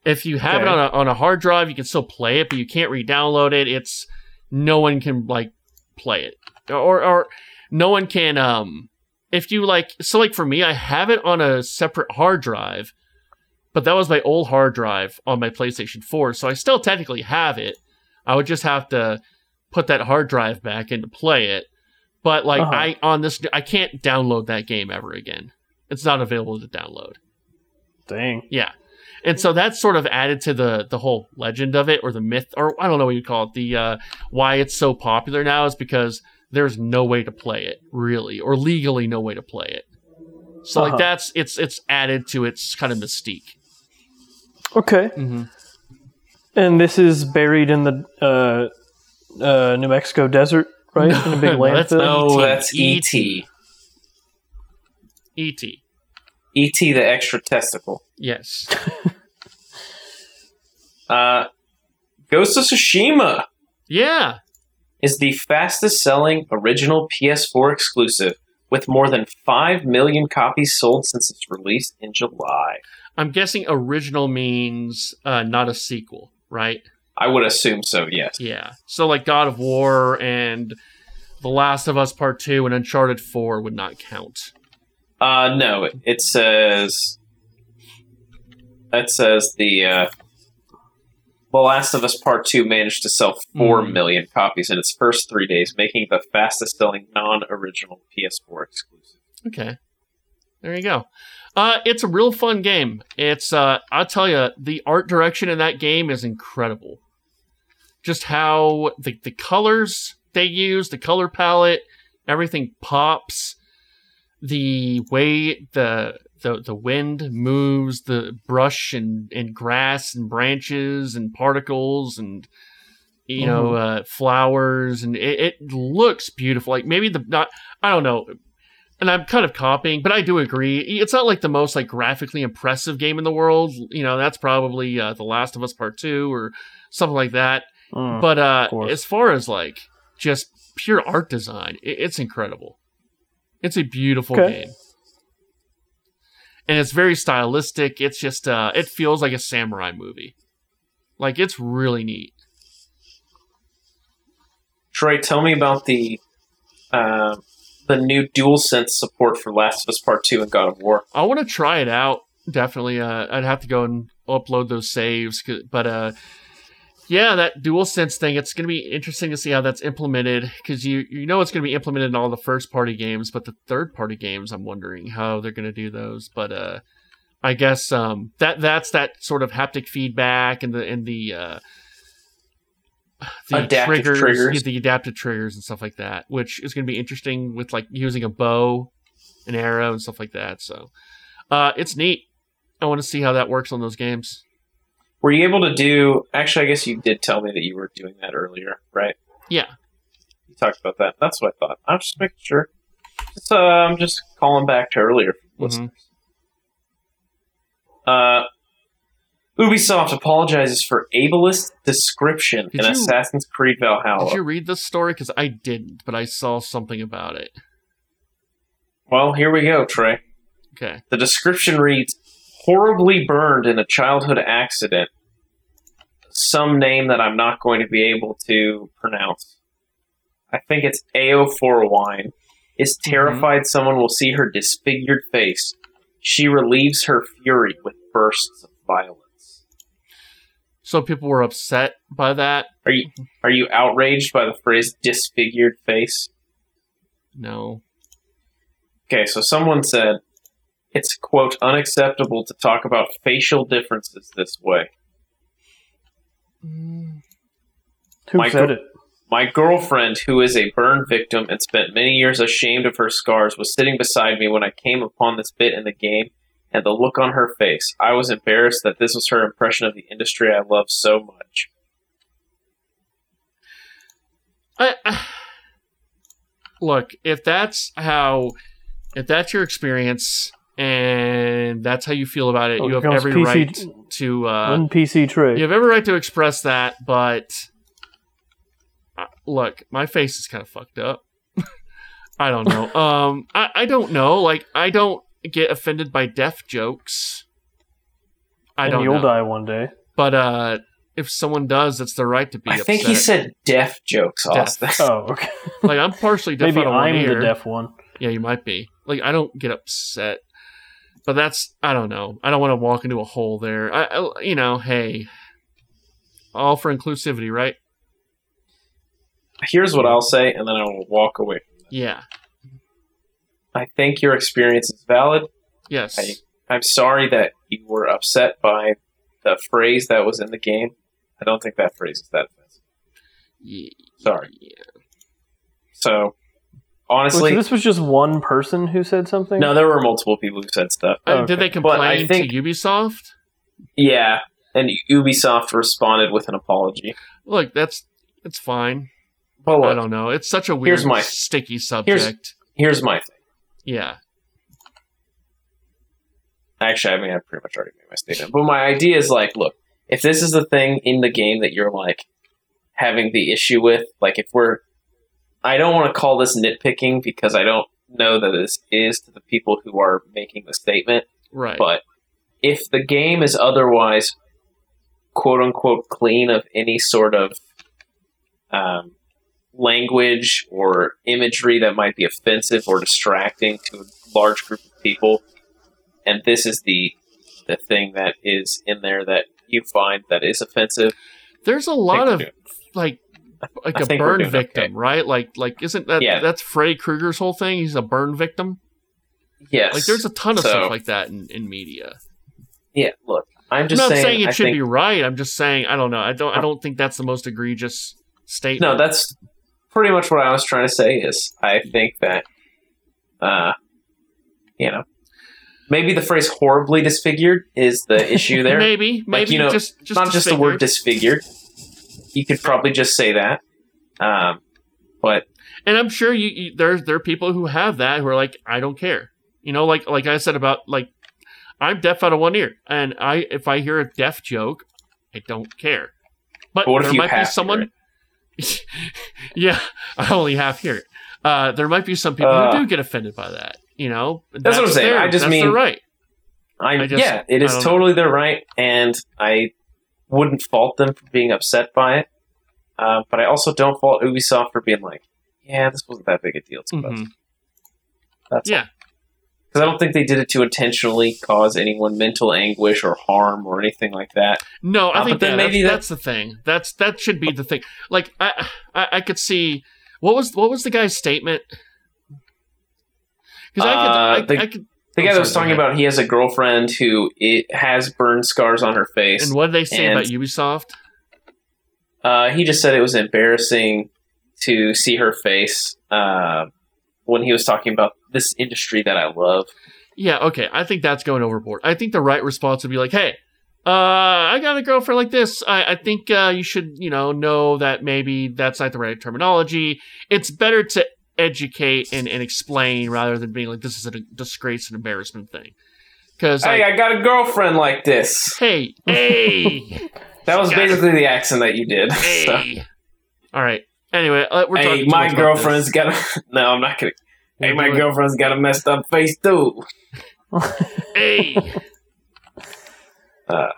If you have it
Okay.
on a, on a hard drive, you can still play it, but you can't re-download it. It's no one can like play it or or no one can um if you like so like for me i have it on a separate hard drive but that was my old hard drive on my playstation 4 so i still technically have it i would just have to put that hard drive back in to play it but like
Uh-huh.
i on this i can't download that game ever again it's not available to download
Dang.
And so that's sort of added to the the whole legend of it or the myth or I don't know what you call it. The uh, why it's so popular now is because there's no way to play it really or legally no way to play it. So
Uh-huh.
like that's it's it's added to its kind of mystique.
Okay. And this is buried in the uh, uh, New Mexico desert, right? in a big
No, that's
landfill.
not- E
Oh,
E.T..
that's E.T.
ET.
E.T. E the extra testicle.
Yes.
Uh, Ghost of Tsushima
Yeah.
is the fastest selling original PS4 exclusive with more than 5 million copies sold since its release in July.
I'm guessing original means uh, not a sequel, right?
I would assume so, yes.
Yeah. So like God of War and The Last of Us Part 2 and Uncharted 4 would not count.
Uh, no, it, it says. That says the. Uh, the Last of Us Part 2 managed to sell four million
Mm.
copies in its first three days, making it the fastest selling non original PS4 exclusive.
Okay. There you go. Uh, it's a real fun game. It's uh, I'll tell you, the art direction in that game is incredible. Just how the the colors they use, the color palette, everything pops. The way the the the wind moves, the brush and and grass and branches and particles and you know uh, flowers and it, it looks beautiful. Like maybe the not I don't know and I'm kind of copying, but I do agree. It's not like the most like graphically impressive game in the world. You know, that's probably uh, The Last of Us Part Two or something like that.
Mm.
but uh,
course.
as far as like just pure art design, i it's incredible. It's a beautiful
Okay.
game, and it's very stylistic. It's just uh, it feels like a samurai movie. Like it's really neat.
Troy, tell me about the uh, the new DualSense support for Last of Us Part Two and God of War.
I want to try it out. Definitely, uh, I'd have to go and upload those saves. 'cause- But uh, yeah, that dual sense thing. It's going to be interesting to see how that's implemented because you you know it's going to be implemented in all the first party games, but the third party games, I'm wondering how they're going to do those. But uh, I guess um, that that's that sort of haptic feedback and the and the uh, the
Adaptive
triggers,
triggers.
yeah, the adaptive triggers and stuff like that, which is going to be interesting with like using a bow, an arrow, and stuff like that. So uh, it's neat. I want to see how that works on those games.
Were you able to do? Actually, I guess you did tell me that you were doing that earlier, right?
Yeah.
You talked about that. That's what I thought. I'm just making sure. Just, uh, I'm just calling back to earlier.
mm-hmm.
listeners. Uh, Ubisoft apologizes for ableist description
Did
in
you-
Assassin's Creed Valhalla.
Did you read this story? Because I didn't, but I saw something about it.
Well, here we go, Trey.
Okay.
The description reads horribly burned in a childhood accident. Some name that I'm not going to be able to pronounce. I think it's AO4 Wine. Is terrified someone will see her disfigured face. She relieves her fury with bursts of violence.
So people were upset by that.
Are you are you outraged by the phrase disfigured face?
No.
Okay, so someone said it's quote unacceptable to talk about facial differences this way.
Who
Michael-
said it?
My girlfriend, who is a burn victim and spent many years ashamed of her scars, was sitting beside me when I came upon this bit in the game and the look on her face. I was embarrassed that this was her impression of the industry I love so much.
I, I, look, if that's how, if that's your experience and that's how you feel about it,
Oh,
you have
here comes
every
PC
right to. Uh,
One PC tray.
you have every right to express that, but uh, look, my face is kind of fucked up. I don't know. Um, I, I don't know. Like, I don't get offended by deaf jokes. I
and
don't
you'll
know.
die one day.
But uh, if someone does, it's their right to be.
I
upset.
think he said deaf jokes,
Deaf.
Austin.
Oh, okay.
like I'm partially deaf
Maybe
on one
I'm
ear.
the deaf one.
Yeah, you might be. Like I don't get upset, but that's I don't know. I don't want to walk into a hole there. I, I you know, hey, all for inclusivity, right?
Here's what I'll say, and then I will walk away.
Yeah.
I think your experience is valid.
Yes.
I- I'm sorry that you were upset by the phrase that was in the game, I don't think that phrase is that offensive.
Yeah.
Sorry.
So
So, honestly,
this was just one person who said something.
no, there were multiple people who said stuff.
Uh, Did they
But I
complain
think-
to Ubisoft?
Yeah, and Ubisoft responded with an apology.
Look, that's that's fine.
But
I
look,
don't know. It's such a weird,
Here's my-
sticky subject.
here's my thing.
Yeah.
Actually, I mean, I pretty much already made my statement. But my idea is like, look, if this is the thing in the game that you're like having the issue with, like if we're, I don't want to call this nitpicking because I don't know that this is to the people who are making the statement.
Right.
But if the game is otherwise quote unquote clean of any sort of um, language or imagery that might be offensive or distracting to a large group of people, and this is the the thing that is in there that you find that is offensive.
There's a
I
lot
think
of
we're doing-
like like
I
a
think we're
burn
doing okay.
victim, right? Like like isn't that
Yeah.
that's Freddy Krueger's whole thing? He's a burn victim.
yes,
Like there's a ton of
So-
stuff like that in, in media.
yeah. Look, I'm
I'm
just
not saying,
saying,
it
I
should
think-
be right. I'm just saying I don't know. I don't I don't think that's the most egregious statement.
No, that's pretty much what I was trying to say. Is I think that, uh, you know, maybe the phrase "horribly disfigured" is the issue there.
maybe maybe
you know,
just just
Not just the word "disfigured." You could probably just say that, um, but
and I'm sure you, you there there are people who have that who are like, I don't care. You know, like like I said about like I'm deaf out of one ear, and I if I hear a deaf joke, I don't care. But,
But what if
there
you
might
half
be
hear
someone. yeah, I only half hear it. Uh, there might be some people
Uh,
who do get offended by that. You know,
That's what I'm saying.
their-
I just
that's their
mean-
right.
I,
I just-
yeah, it
I
is
don't know.
totally their right, and I wouldn't fault them for being upset by it. Uh, but I also don't fault Ubisoft for being like, "Yeah, this wasn't that big a deal to us."
Mhm.
That's
Yeah.
Because I don't think they did it to intentionally cause anyone mental anguish or harm or anything like that.
No, I
Uh,
think
but then
that-
maybe
that's, that's the thing. That's that should be the thing. Like I, I, I could see what was what was the guy's statement? Because I
Uh,
could, I,
the-
I could,
The
I'm
guy that
sorry,
was talking
go ahead.
about he has a girlfriend who it has burn scars on her face.
and what did they say
and-
about Ubisoft?
Uh, he just said it was embarrassing to see her face uh, when he was talking about this industry that I love.
Yeah, okay. I think that's going overboard. I think the right response would be like, hey, uh, I got a girlfriend like this. I, I think uh, you should, you know, know that maybe that's not the right terminology. It's better to educate and, and explain rather than being like, this is a disgrace and embarrassment thing. Because,
Hey, I got a girlfriend like this.
hey, hey,
That was
Got it.
basically the accent that you did. So,
hey. All right. Anyway, uh, we're talking
hey,
too much
my
about
girlfriend's
this.
got a. No, I'm not kidding. Hey,
We're
my
doing-
girlfriend's got a messed up face too.
Hey.
Uh,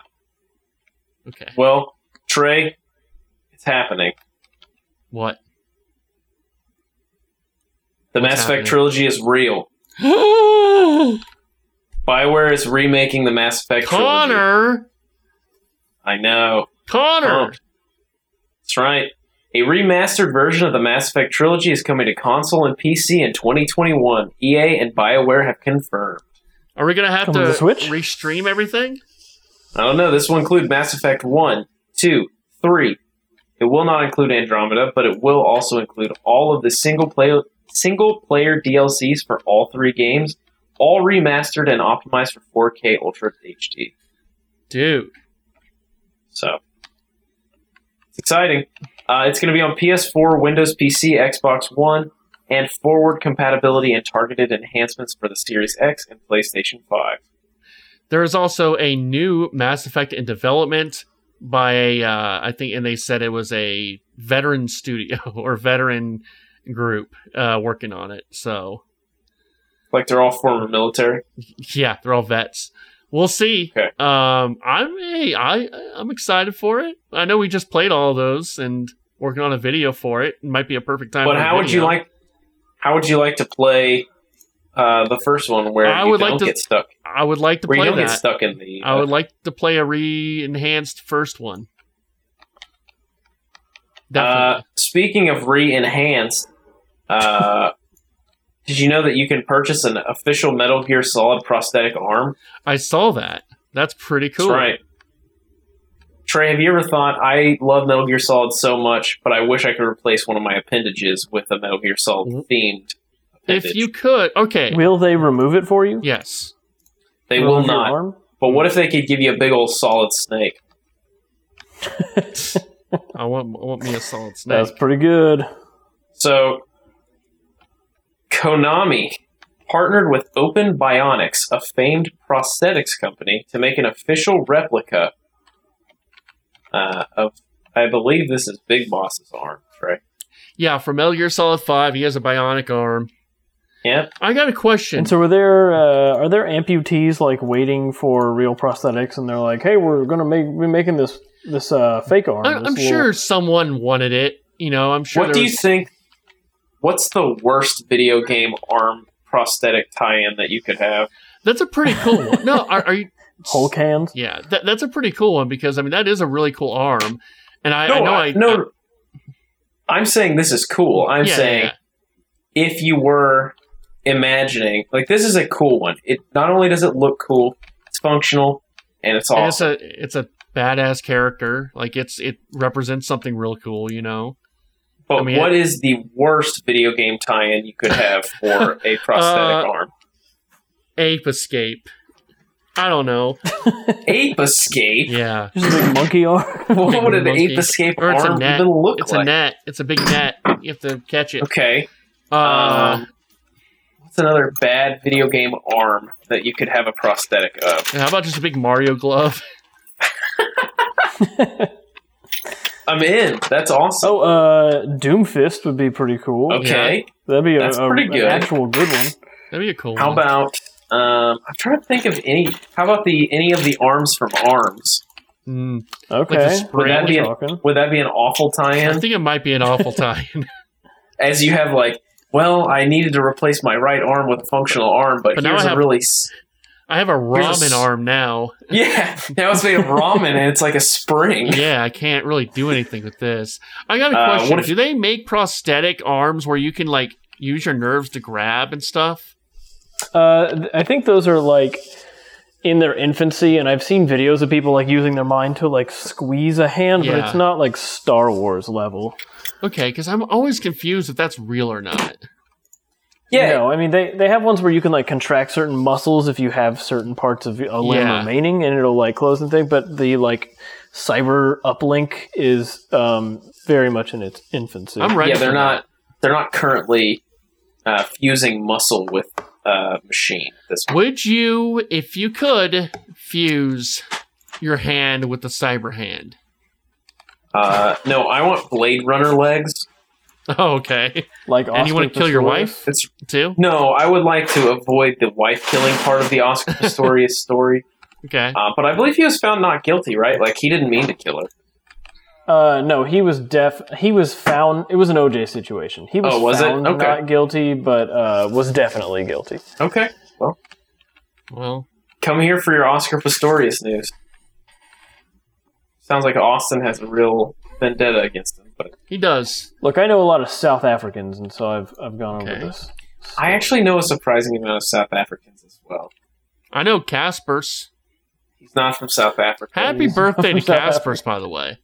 okay.
Well, Trey, it's happening.
What?
The
What's
Mass
happening?
Effect trilogy is real. Bioware is remaking the Mass Effect trilogy.
Connor.
I know. Oh.
Connor.
That's right. A remastered version of the Mass Effect trilogy is coming to console and PC in 2021. EA and BioWare have confirmed.
Are we gonna have
Coming
to
to Switch?
restream everything?
I don't know. This will include Mass Effect 1, 2, 3. It will not include Andromeda, but it will also include all of the single player single player DLCs for all three games, all remastered and optimized for 4K Ultra HD.
Dude,
So it's exciting. Uh, it's going to be on PS4, Windows PC, Xbox One, and forward compatibility and targeted enhancements for the Series X and PlayStation 5.
there is also a new Mass Effect in development by a, uh, I think, and they said it was a veteran studio or veteran group uh, working on it. So
Like they're all former military.
yeah, they're all vets. We'll see.
Okay.
Um, I'm hey, I I'm excited for it. I know we just played all those and working on a video for it. It might be a perfect time.
But
for a
how would you
video.
like? How would you like to play uh, the first one where
I
you
would
don't
like to-
get stuck?
I would like to
Where
play
you don't
that.
get stuck in the.
I would like to play a re-enhanced first one.
uh,
Definitely.
speaking of re-enhanced, uh, did you know that you can purchase an official Metal Gear Solid prosthetic arm?
I saw that. That's pretty cool.
That's right. Trey, have you ever thought I love Metal Gear Solid so much, but I wish I could replace one of my appendages with a Metal Gear Solid themed?
If you could, okay.
Will they remove it for you?
yes.
they will
Remove your
not.
arm?
But what if they could give you a big old solid snake?
I want, I want me a solid snake.
That's pretty good.
So, Konami partnered with Open Bionics, a famed prosthetics company, to make an official replica uh, of, I believe this is Big Boss's arm, right?
yeah, from Metal Gear Solid 5, he has a bionic arm.
Yep.
I got a question.
And so, are there uh, are there amputees like waiting for real prosthetics, and they're like, "Hey, we're gonna make be making this this uh, fake arm."
I,
this
I'm
little-
sure someone wanted it. You know, I'm sure.
what
there
do you
was-
think? What's the worst video game arm prosthetic tie-in that you could have?
That's a pretty cool one. No, are, are you?
Hulk hands.
Yeah, that, that's a pretty cool one because I mean that is a really cool arm, and I, I know I,
no. I'm saying this is cool. I'm
Yeah, yeah,
saying
yeah.
if you were imagining like this is a cool one it not only does it look cool it's functional and it's
And it's
awesome
a it's a badass character. Like it's it represents something real cool. You know,
but
I mean,
what is the worst video game tie-in you could have for a prosthetic
Uh,
arm
ape escape. I don't know.
ape escape
Yeah,
Just a big monkey arm.
what would an
monkey.
ape escape
Or it's a
arm
net.
even look
it's
like
a net. It's a big net. You have to catch it.
okay
Uh,
um, what's another bad video game arm that you could have a prosthetic of
and how about just a big Mario glove?
i'm in that's awesome
Oh, uh, Doomfist would be pretty cool.
Oh, okay
That'd be a,
That's
a-
pretty
an
good.
actual good one.
That'd be a cool.
How
one.
about um, I'm trying to think of any. How about the any of the arms from Arms?
Mm, like
Okay.
the
Would that
spring?
be an,
Talking.
would that be an awful
I
tie-in?
think it might be an awful time.
As you have like, well, I needed to replace my right arm with a functional arm, but,
But now
here's
I have-
a really s-
I have a
Here's a
ramen
s-
arm now.
yeah. Now it's made of ramen and it's like a spring.
yeah, I can't really do anything with this. I got a
Uh,
question.
what if-
do they make prosthetic arms where you can like use your nerves to grab and stuff?
Uh, th- I think those are like in their infancy, and I've seen videos of people like using their mind to like squeeze a hand, but
Yeah.
it's not like Star Wars level.
Okay, because I'm always confused if that's real or not.
Yeah.
No, I mean they they have ones where you can like contract certain muscles if you have certain parts of a limb
Yeah.
remaining, and it'll like close and thing. But the like cyber uplink is um very much in its infancy.
I'm right.
Yeah, they're
for
not they're not currently uh, fusing muscle with uh, machine. at This
that. Would you, if you could, fuse your hand with the cyber hand?
uh, no, I want Blade Runner legs.
Oh, okay.
like
and you want to
Oscar
kill your
Pistorius.
wife
It's
too?
no, I would like to avoid the wife killing part of the Oscar Pistorius story.
Okay.
Uh, but I believe he was found not guilty, right? Like he didn't mean to kill her.
Uh, no, he was deaf. He was found. It was an OJ situation. He was,
Oh, was it?
found
Okay.
not guilty, but uh, was definitely guilty.
Okay.
Well,
Come here for your Oscar Pistorius news. Sounds like Austin has a real vendetta against him, but
he does.
Look, I know a lot of South Africans, and so I've I've gone
Okay.
over this.
I actually know a surprising amount of South Africans as well.
I know Casper's.
He's not from South Africa.
Happy birthday to
South Africa.
Casper's, by the way.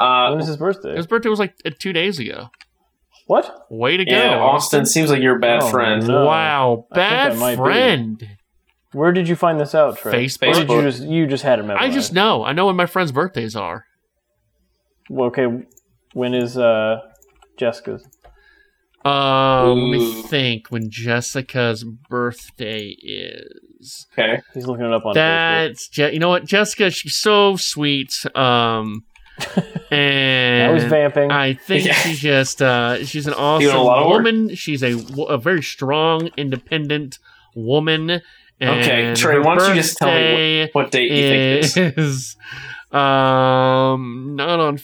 Uh,
When is his birthday?
His birthday was like uh, two days ago.
What?
Way to go,
yeah, Austin seems like you're a bad
Oh,
friend.
no.
Wow,
I think I might
bad
be.
friend.
Where did you find this out, Trey?
Facebook.
Or did
Facebook.
you just you just had it
I
memorized?
just know. I know when my friends' birthdays are.
Well, okay. When is uh Jessica's?
Uh, let me
Ooh.
think when Jessica's birthday is.
Okay.
He's looking it up on Facebook.
That's Je- you know what Jessica. She's so sweet. Um, and
I was vamping.
I think
Yeah.
she's just uh, she's an awesome
a lot of work.
woman. She's a, wo- a very strong, independent woman.
Okay,
and
Trey,
her
why don't you just tell me
birthday-
what, what date you think it is?
is um not on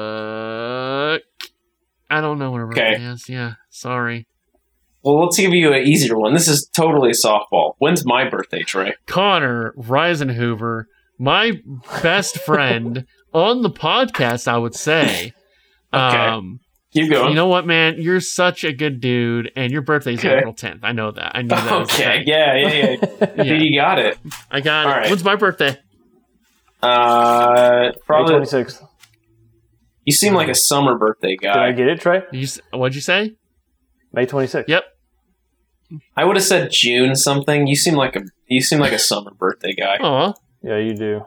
Facebook. I don't know where it
Okay.
is. Yeah, sorry.
Well, let's give you an easier one. This is totally a softball. When's my birthday, Trey?
Connor Reisenhoover, my best friend on the podcast, I would say.
Okay.
Um,
Keep going.
you know what, man? You're such a good dude, and your birthday's
Okay.
April 10th. I know that. I know that. is a
okay.
fact.
Yeah, yeah, yeah.
Yeah.
Dude, you got it.
I got
All
it.
right.
When's my birthday?
Uh,
May
Probably-
twenty sixth.
You seem like a summer birthday
Did I
guy.
get it, Trey?
You, s- what'd you say?
May twenty sixth.
Yep.
I would have said June something. You seem like a you seem like a summer birthday guy.
Aw,
Yeah, you do.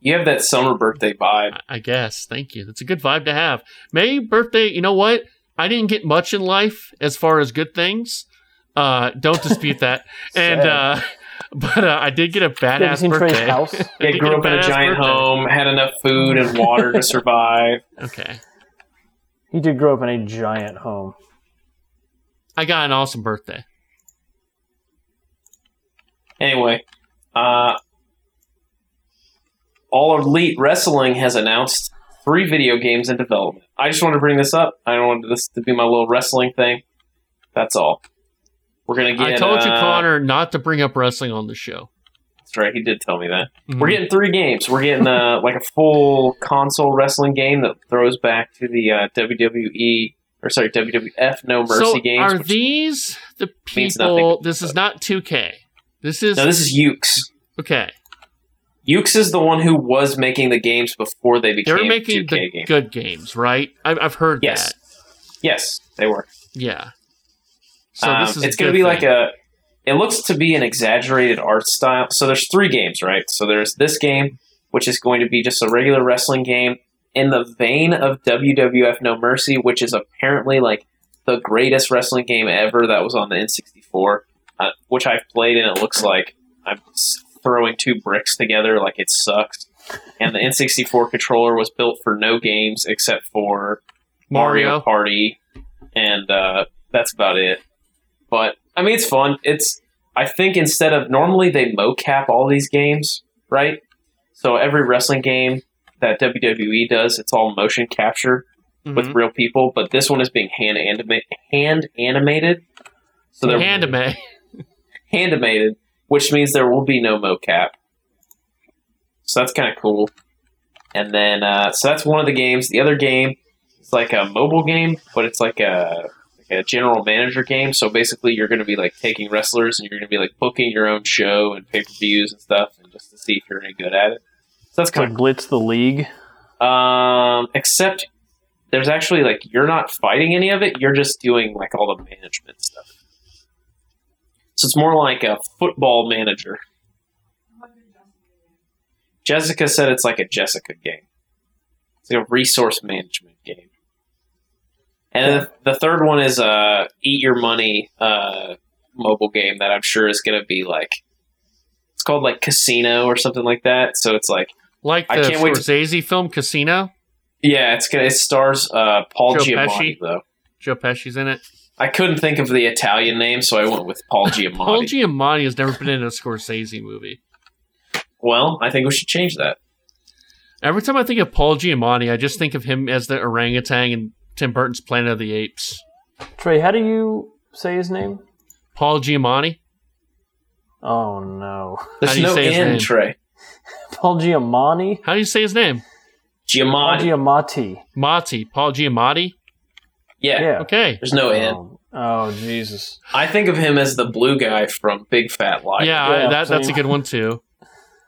You have that summer birthday vibe.
I- I guess. Thank you. That's a good vibe to have. May birthday. You know what? I didn't get much in life as far as good things. Uh, don't dispute that. and
Sad.
uh, but uh, I did get a
Have you
badass
seen
birthday.
Trey's house?
I
Yeah,
did
grew
get
up in a
badass
giant
birthday.
home, had enough food and water to survive.
Okay,
He did grow up in a giant home.
I got an awesome birthday.
Anyway, uh, All Elite Wrestling has announced three video games in development. I just wanted to bring this up. I don't want this to be my little wrestling thing. That's all. We're gonna get.
I told you,
uh,
Connor, not to bring up wrestling on the show.
That's right. He did tell me that.
Mhm.
We're getting three games. We're getting uh, like a full console wrestling game that throws back to the uh, WWE or sorry WWF No Mercy
Mm-hmm. so
games.
are
which-
these the
means nothing,
people? This is not 2K. This is
no, this is Ukes.
okay.
Ukes is the one who was making the games before they
They
became
were making
2K
the
games.
good games, right? I, I've heard
Yes.
that.
Yes, they were.
Yeah. So
Um,
this is
it's going to be like a. It looks to be an exaggerated art style. So there's three games, right? So there's this game, which is going to be just a regular wrestling game in the vein of WWF No Mercy, which is apparently like the greatest wrestling game ever that was on the N64, uh, which I've played, and it looks like I'm s- throwing two bricks together, like it sucks. And the N64 controller was built for no games except for Mario,
Mario.
Party, and uh, that's about it. But I mean, it's fun. It's I think instead of normally they mocap all these games, right? So every wrestling game that WWE does, it's all motion capture with
Mhm.
real people. But this one is being hand anima- hand animated. So they're
anime.
hand animated, which means there will be no mocap. So that's kind of cool. And then, uh, so that's one of the games. The other game is like a mobile game, but it's like a, like a general manager game. So basically, you're going to be like taking wrestlers and you're going to be like booking your own show and pay per views and stuff, and just to see if you're any good at it. So that's
It's
kind of
like Blitz the League.
um, except there's actually like you're not fighting any of it. You're just doing like all the management stuff. So it's more like a football manager. Jessica said it's like a Jessica game. It's like a resource management game. And then the third one is uh, Eat Your Money uh, mobile game that I'm sure is going to be like it's called like Casino or something like that. So it's like
Like the
I can't wait to-
Scorsese film Casino.
yeah, it's gonna, it stars uh, Paul
Joe
Giamatti
Pesci?
though.
Joe Pesci's in it.
I couldn't think of the Italian name, so I went with Paul Giamatti.
Paul Giamatti has never been in a Scorsese movie.
well, I think we should change that.
Every time I think of Paul Giamatti, I just think of him as the orangutan in Tim Burton's Planet of the Apes.
Trey, how do you say his name?
Paul Giamatti.
Oh no,
There's
do you
no
say his name?
end, Trey.
Paul Giamatti.
How do you say his name?
Paul
Giamatti.
Giamatti.
Mati. Paul Giamatti.
Yeah,
Yeah.
Okay.
there's no end.
Oh, oh Jesus.
I think of him as the blue guy from Big Fat Life,
Yeah, I-
yeah,
that, that's a
same.
good one too.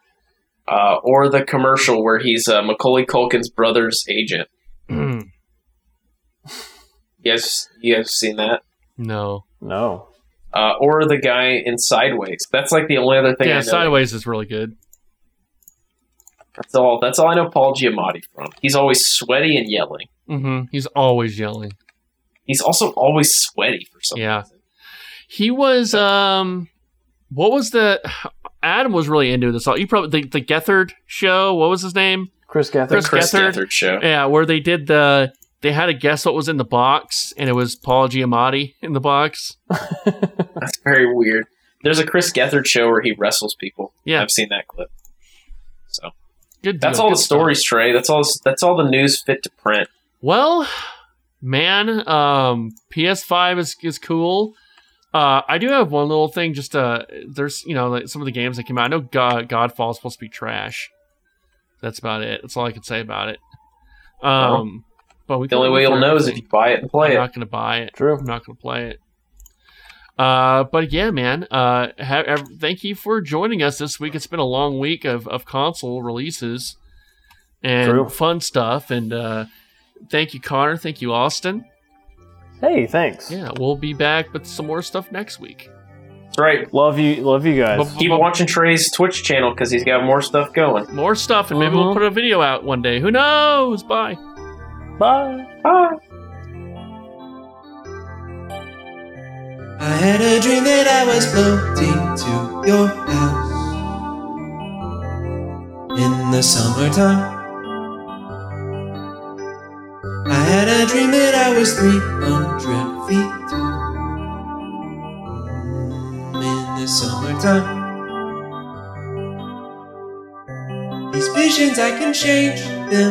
uh, or the commercial where he's uh, Macaulay Culkin's brother's agent.
Mm,
You guys, you guys seen that?
no.
No.
Uh, or the guy in Sideways. That's like the only other thing. I
Yeah,
know.
Sideways is really good.
That's all. That's all I know Paul Giamatti from. He's always sweaty and yelling.
hmm He's always yelling.
He's also always sweaty for some
Yeah.
reason.
He was um what was the Adam was really into this all you probably the, the Gethard show, what was his name?
Chris Gethard.
Chris
Chris
Gethard.
Gethard, show.
Yeah, where they did the they had to guess what was in the box and it was Paul Giamatti in the box.
That's very weird. There's a Chris Gethard show where he wrestles people.
Yeah.
I've seen that clip. So
Good
that's
deal,
all
good
the stories, Trey. That's all. That's all the news fit to print.
stuff. Well, man, um PS5 is is cool. Uh, I do have one little thing. Just uh, there's you know like some of the games that came out. I know God, Godfall is supposed to be trash. That's about it. That's all I can say about it. Um, but we
The only way you'll know is if you buy it and play
I'm
it.
not gonna buy it.
Drew.
I'm not gonna play it. Uh, but yeah, man. Uh, ha- ev- thank you for joining us this week. It's been a long week of, of console releases, and
True.
fun stuff. And uh, thank you, Connor. Thank you, Austin.
Hey, thanks.
Yeah, we'll be back with some more stuff next week.
That's right.
Love you, love you guys.
Keep watching Trey's Twitch channel because he's got more stuff going.
More stuff, and maybe we'll
Mhm.
put a video out one day. Who knows? Bye.
Bye.
Bye.
I had a dream that I was floating to your house in the summertime. I had a dream that I was 300 feet tall Mm, in the summertime. These visions, I can change them,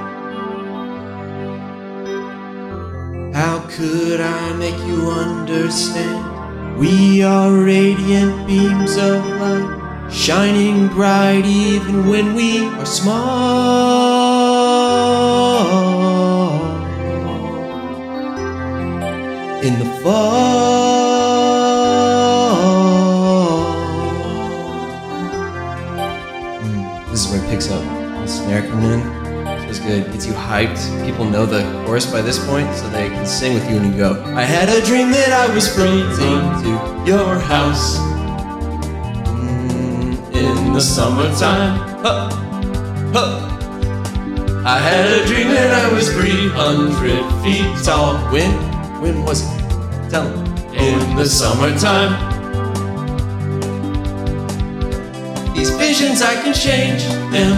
How could I make you understand? We are radiant beams of light, shining bright even when we are small. In the fall. Mm, this is where it picks up. The snare coming in was good. Gets you hyped. People know the chorus by this point, so they can sing with you and you go. I had a dream that I was floating to your house Mm, in the summertime. Huh. Huh. I had a dream that I was 300 feet tall. When? When was it? Tell me. In the summertime. These visions, I can change them